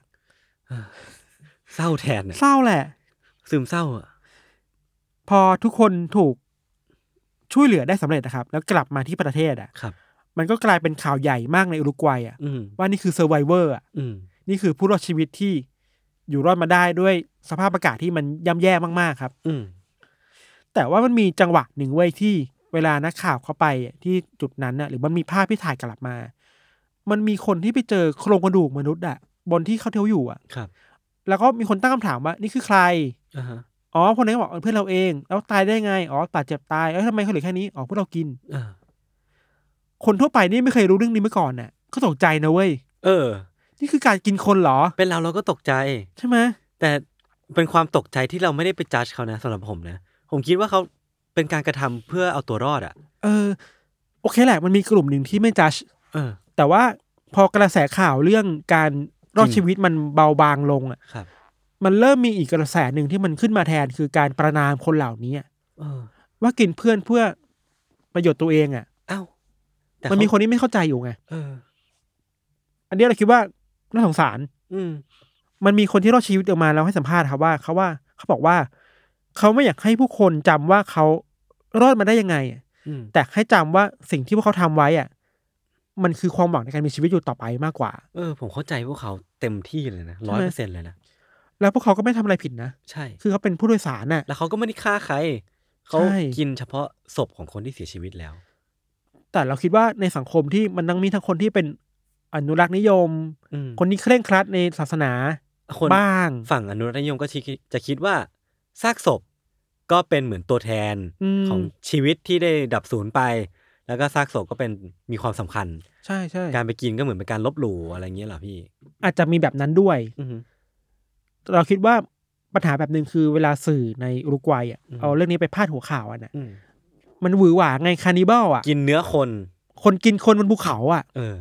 เศร้าแทนอ่ะ
เศร้าแหละ
ซึมเศร้าอ่ะ
พอทุกคนถูกช่วยเหลือได้สำเร็จนะครับ แล้วกลับมาที่ประเทศอ่ะ
ครับ
มันก็กลายเป็นข่าวใหญ่มากในอุรุกวัยอ่ะ
อืม
ว่านี่คือเซอร์ไวเวอร์อ่ะ
อืม
นี่คือผู้รอดชีวิตที่อยู่รอดมาได้ด้วยสภาพอากาศที่มันย่ำแย่มากๆครับ
อืม
แต่ว่ามันมีจังหวะหนึ่งเว้ยที่เวลานักข่าวเข้าไปที่จุดนั้นน่ะหรือมันมีภาพที่ถ่ายกลับมา มันมีคนที่ไปเจอโครงกระดูกมนุษย์อ่ะ บนที่เขาเที่ยวอยู่อ่ะ
ครับ
แล้วก็มีคนตั้งคำถามว่านี่คือใคร
อ่าฮะ
อ๋อคนนั้นก็บอกเออเพื่อนเราเอง แล้วตายได้ไง อ๋อบาดเจ็บตาย เอ้ยทำไมเขาเหลือแค่นี้ อ๋อพวกเรากิน
อ่า
คนทั่วไปนี่ไม่เคยรู้เรื่องนี้มาก่อนน่ะ ก็ตกใจนะเว้ย
เออ
นี่คือการกินคนเหรอ
เป็นเราเราก็ตกใจ
ใช่ไหม
แต่เป็นความตกใจที่เราไม่ได้ไปจัดเขานะสำหรับผมนะ ผมคิดว่าเขาเป็นการกระทำเพื่อเอาตัวรอดอ่ะ
เออ โอเคแหละ มันมีกลุ่มหนึ่งที่ไม่จัด
เออ
แต่ว่าพอกระแสข่าวเรื่องการรอดชีวิตมันเบาบางลงอ่ะ
ครับ
มันเริ่มมีอีกกระแสหนึ่งที่มันขึ้นมาแทนคือการประนามคนเหล่านี้อะ
เออ
ว่ากินเพื่อนเพื่อประโยชน์ตัวเองอ่ะ
เอ้าแต่
มันมี
เขา
คนที่ไม่เข้าใจอยู่ไง
เออ
อันเนี้ยเราคิดว่าน่าสงสาร
อืม
มันมีคนที่รอดชีวิตออกมาแล้วให้สัมภาษณ์ครับว่าเขาว่าเขาบอกว่า เขาไม่อยากให้ผู้คนจำว่าเขารอดมาได้ยังไง
อืม
แต่ให้จำว่าสิ่งที่พวกเขาทำไว้อะมันคือความหวังในการมีชีวิตอยู่ต่อไปมากกว่า
เออ ผมเข้าใจพวกเขาเต็มที่เลยนะ
ใช่
ร้อย
ไหม
เปอร์เซ็นต์เลยนะ
แล้วพวกเขาก็ไม่ทำอะไรผิดนะ
ใช่
คือเขาเป็นผู้โดยสารน่ะ
แล้วเขาก็ไม่ได้ฆ่าใคร เขา
ใช่
กินเฉพาะศพของคนที่เสียชีวิตแล้ว
แต่เราคิดว่าในสังคมที่มันต้องมีทั้งคนที่เป็นอนุรักษ์นิยม
อืม
คนที่เคร่งครัดในศาสนา
คน
บ้าง
ฝั่งอนุรักษ์นิยมก็ชิจะคิดว่าซากศพก็เป็นเหมือนตัวแทน
ม
ของชีวิตที่ได้ดับสูญไป แล้วก็ซากศพก็เป็นมีความสำคัญ
ใช่ใช่
การไปกินก็เหมือนเป็นการลบหลู่อะไรอย่างเงี้ยเหรอพี่
อาจจะมีแบบนั้นด้วย
อือฮึ
เราคิดว่าปัญหาแบบหนึ่งคือเวลาสื่อในอุรุกวัยอะ
อืม
เอาเรื่องนี้ไปพาดหัวข่าวอะนะ
อืม
มันหวือหวาไงคานิบาลอ่ะ
กินเนื้อคน
คนกินคนบนภูเขาอ่ะ
เออ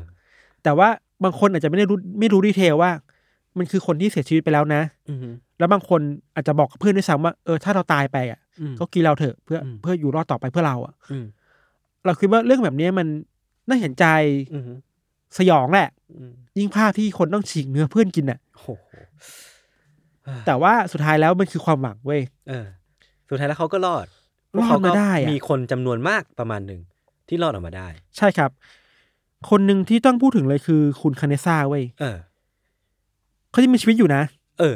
แต่ว่าบางคนอาจจะไม่ได้รู้ไม่รู้ดีเทลว่า มันคือคนที่เสียชีวิตไปแล้วนะ
อือฮึ
แล้วบางคนอาจจะบอกกับเพื่อนด้วยซ้ำว่าเออถ้าเราตายไปอ่ะ
อืม
ก็กินเราเถอะเพื่ออ
ม
เพื่ออยู่รอดต่อไปเพื่อเราอ่ะ
อืม
เราคิดว่าเรื่องแบบนี้มันน่าเห็นใจ
อือฮึ
สยองแหละ
อืม
ยิ่งภาพที่คนต้องฉีกเนื้อเพื่อนกินอ่ะ
โห
แต่ว่าสุดท้ายแล้วมันคือความหวังเว้ย
เออสุดท้ายแล้วเขาก็รอดพวก
รอด
เขก็
มาได้อะ
มีคนจำนวนมากประมาณหนึ่งที่รอดออกมาได้
ใช่ครับ คนหนึ่งที่ต้องพูดถึงเลยคือคุณคาเนซ่าเว้ย
เออ
เขายังมีชีวิตอยู่นะ
เออ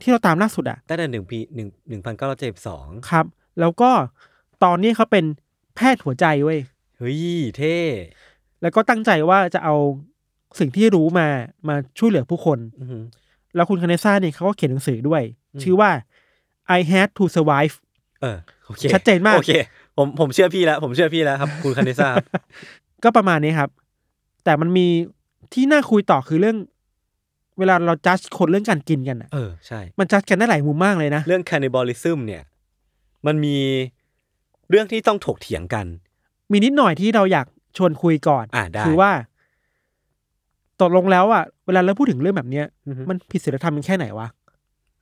ที่เราตามล่าสุดอ่ะ
ตั้งแต่หนึ่งปีหนึ่งหนึ่งพันเก้าร้อยเจ็ดสอง
ครับ แล้วก็ตอนนี้เขาเป็นแพทย์หัวใจเว้ย
เฮ้ยเท่
แล้วก็ตั้งใจว่าจะเอาสิ่งที่รู้มามาช่วยเหลือผู้คน
อือหือ
แล้วคุณคาเนซ่าเนี่ยเขาก็เขียนหนังสือด้วย
อืม
ชื่อว่า I had to survive
เออโอเค
ชัดเจนมาก
โอเค ผมผมเชื่อพี่แล้ว ผมเชื่อพี่แล้วครับ คุณคานิซ่าครับ
[LAUGHS] ก็ประมาณนี้ครับ แต่มันมีที่น่าคุยต่อคือเรื่อง เวลาเราจัดคนเรื่องการกินกันอ่ะ
เออ ใช่
มันจัดกันได้หลายมุมมากเลยนะ
เรื่องค a น n บอลิซึมเนี่ย มันมีเรื่องที่ต้องถกเถียงกัน
มีนิดหน่อยที่เราอยากชวนคุยก่อน
อ่ะได้
คือว่าตกลงแล้วอ่ะเวลาเราพูดถึงเรื่องแบบเนี้ย
อือหือ
มันผิดศีลธรรมมันแค่ไหนวะ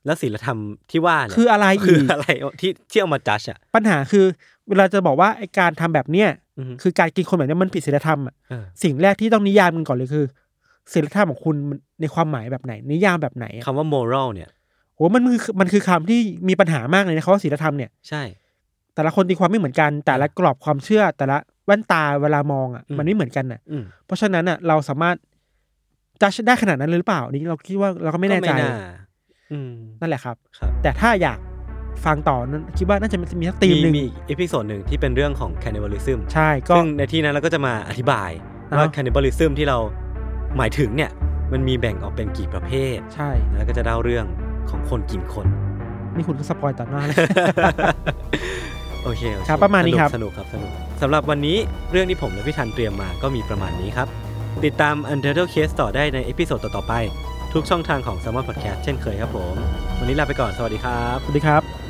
แล้วศีลธรรมที่ว่าเนี่ย
คืออะไร
คื
อี
อก อะไรที่ที่เอามาจัดอ่ะ
ปัญหาคือ เวลาจะบอกว่าไอการทำแบบเนี้ย
อือหือ
คือการกินคนแบบเนี้ยมันผิดศีลธรรมอะ
เออ
สิ่งแรกที่ต้องนิยามกันก่อนเลยคือศีลธรรมของคุณมันในความหมายแบบไหน นิยามแบบไหนอะ
คำว่า moral เนี่ย
โหมันคือมันคือคำที่มีปัญหามากเลยนะเขาว่าศีลธรรมเนี่ย
ใช่
แต่ละคนตีความไม่เหมือนกันแต่ละกรอบความเชื่อ แต่ละแว่นตาเวลามองอ่ะ
อืม
มันไม่เหมือนกันอ่ะ
อืม
เพราะฉะนั้นอ่ะเราสามารถจัดได้ขนาดนั้นเลยหรือเปล่านี่เราคิดว่าเราก็ไม่แน่ใจ
ก็าอืม
นั่นแหละครับ
ครับ
แต่ถ้าอยากฟังต่อนั้นคิดว่าน่าจะมีสักตีมหนึ่ง
มีอีพิโซดหนึ่งที่เป็นเรื่องของ cannibalism
ใช่ก็
ซึ่งในที่นั้นเราก็จะมาอธิบายว่า
เนอะ
cannibalism ที่เราหมายถึงเนี่ย มันมีแบ่งออกเป็นกี่ประเภท
ใช่
แล้วก็จะเล่าเรื่องของคนกินคน
นี่คุณก็สปอยต่อหน้าเลย
[LAUGHS] โอเคโอเ
ครับประมาณนี้ครับ
สนุกสนุกครับสนุกสำหรับวันนี้เรื่องที่ผมและพี่ทันเตรียมมาก็มีประมาณนี้ครับ ติดตาม Untitled Case ต่อได้ในเอพิโซดต่อๆไป ทุกช่องทางของ s ซ m o n Podcast เช่นเคยครับผม วันนี้ลาไปก่อนสวัสดีครับ
สวัสดีครับ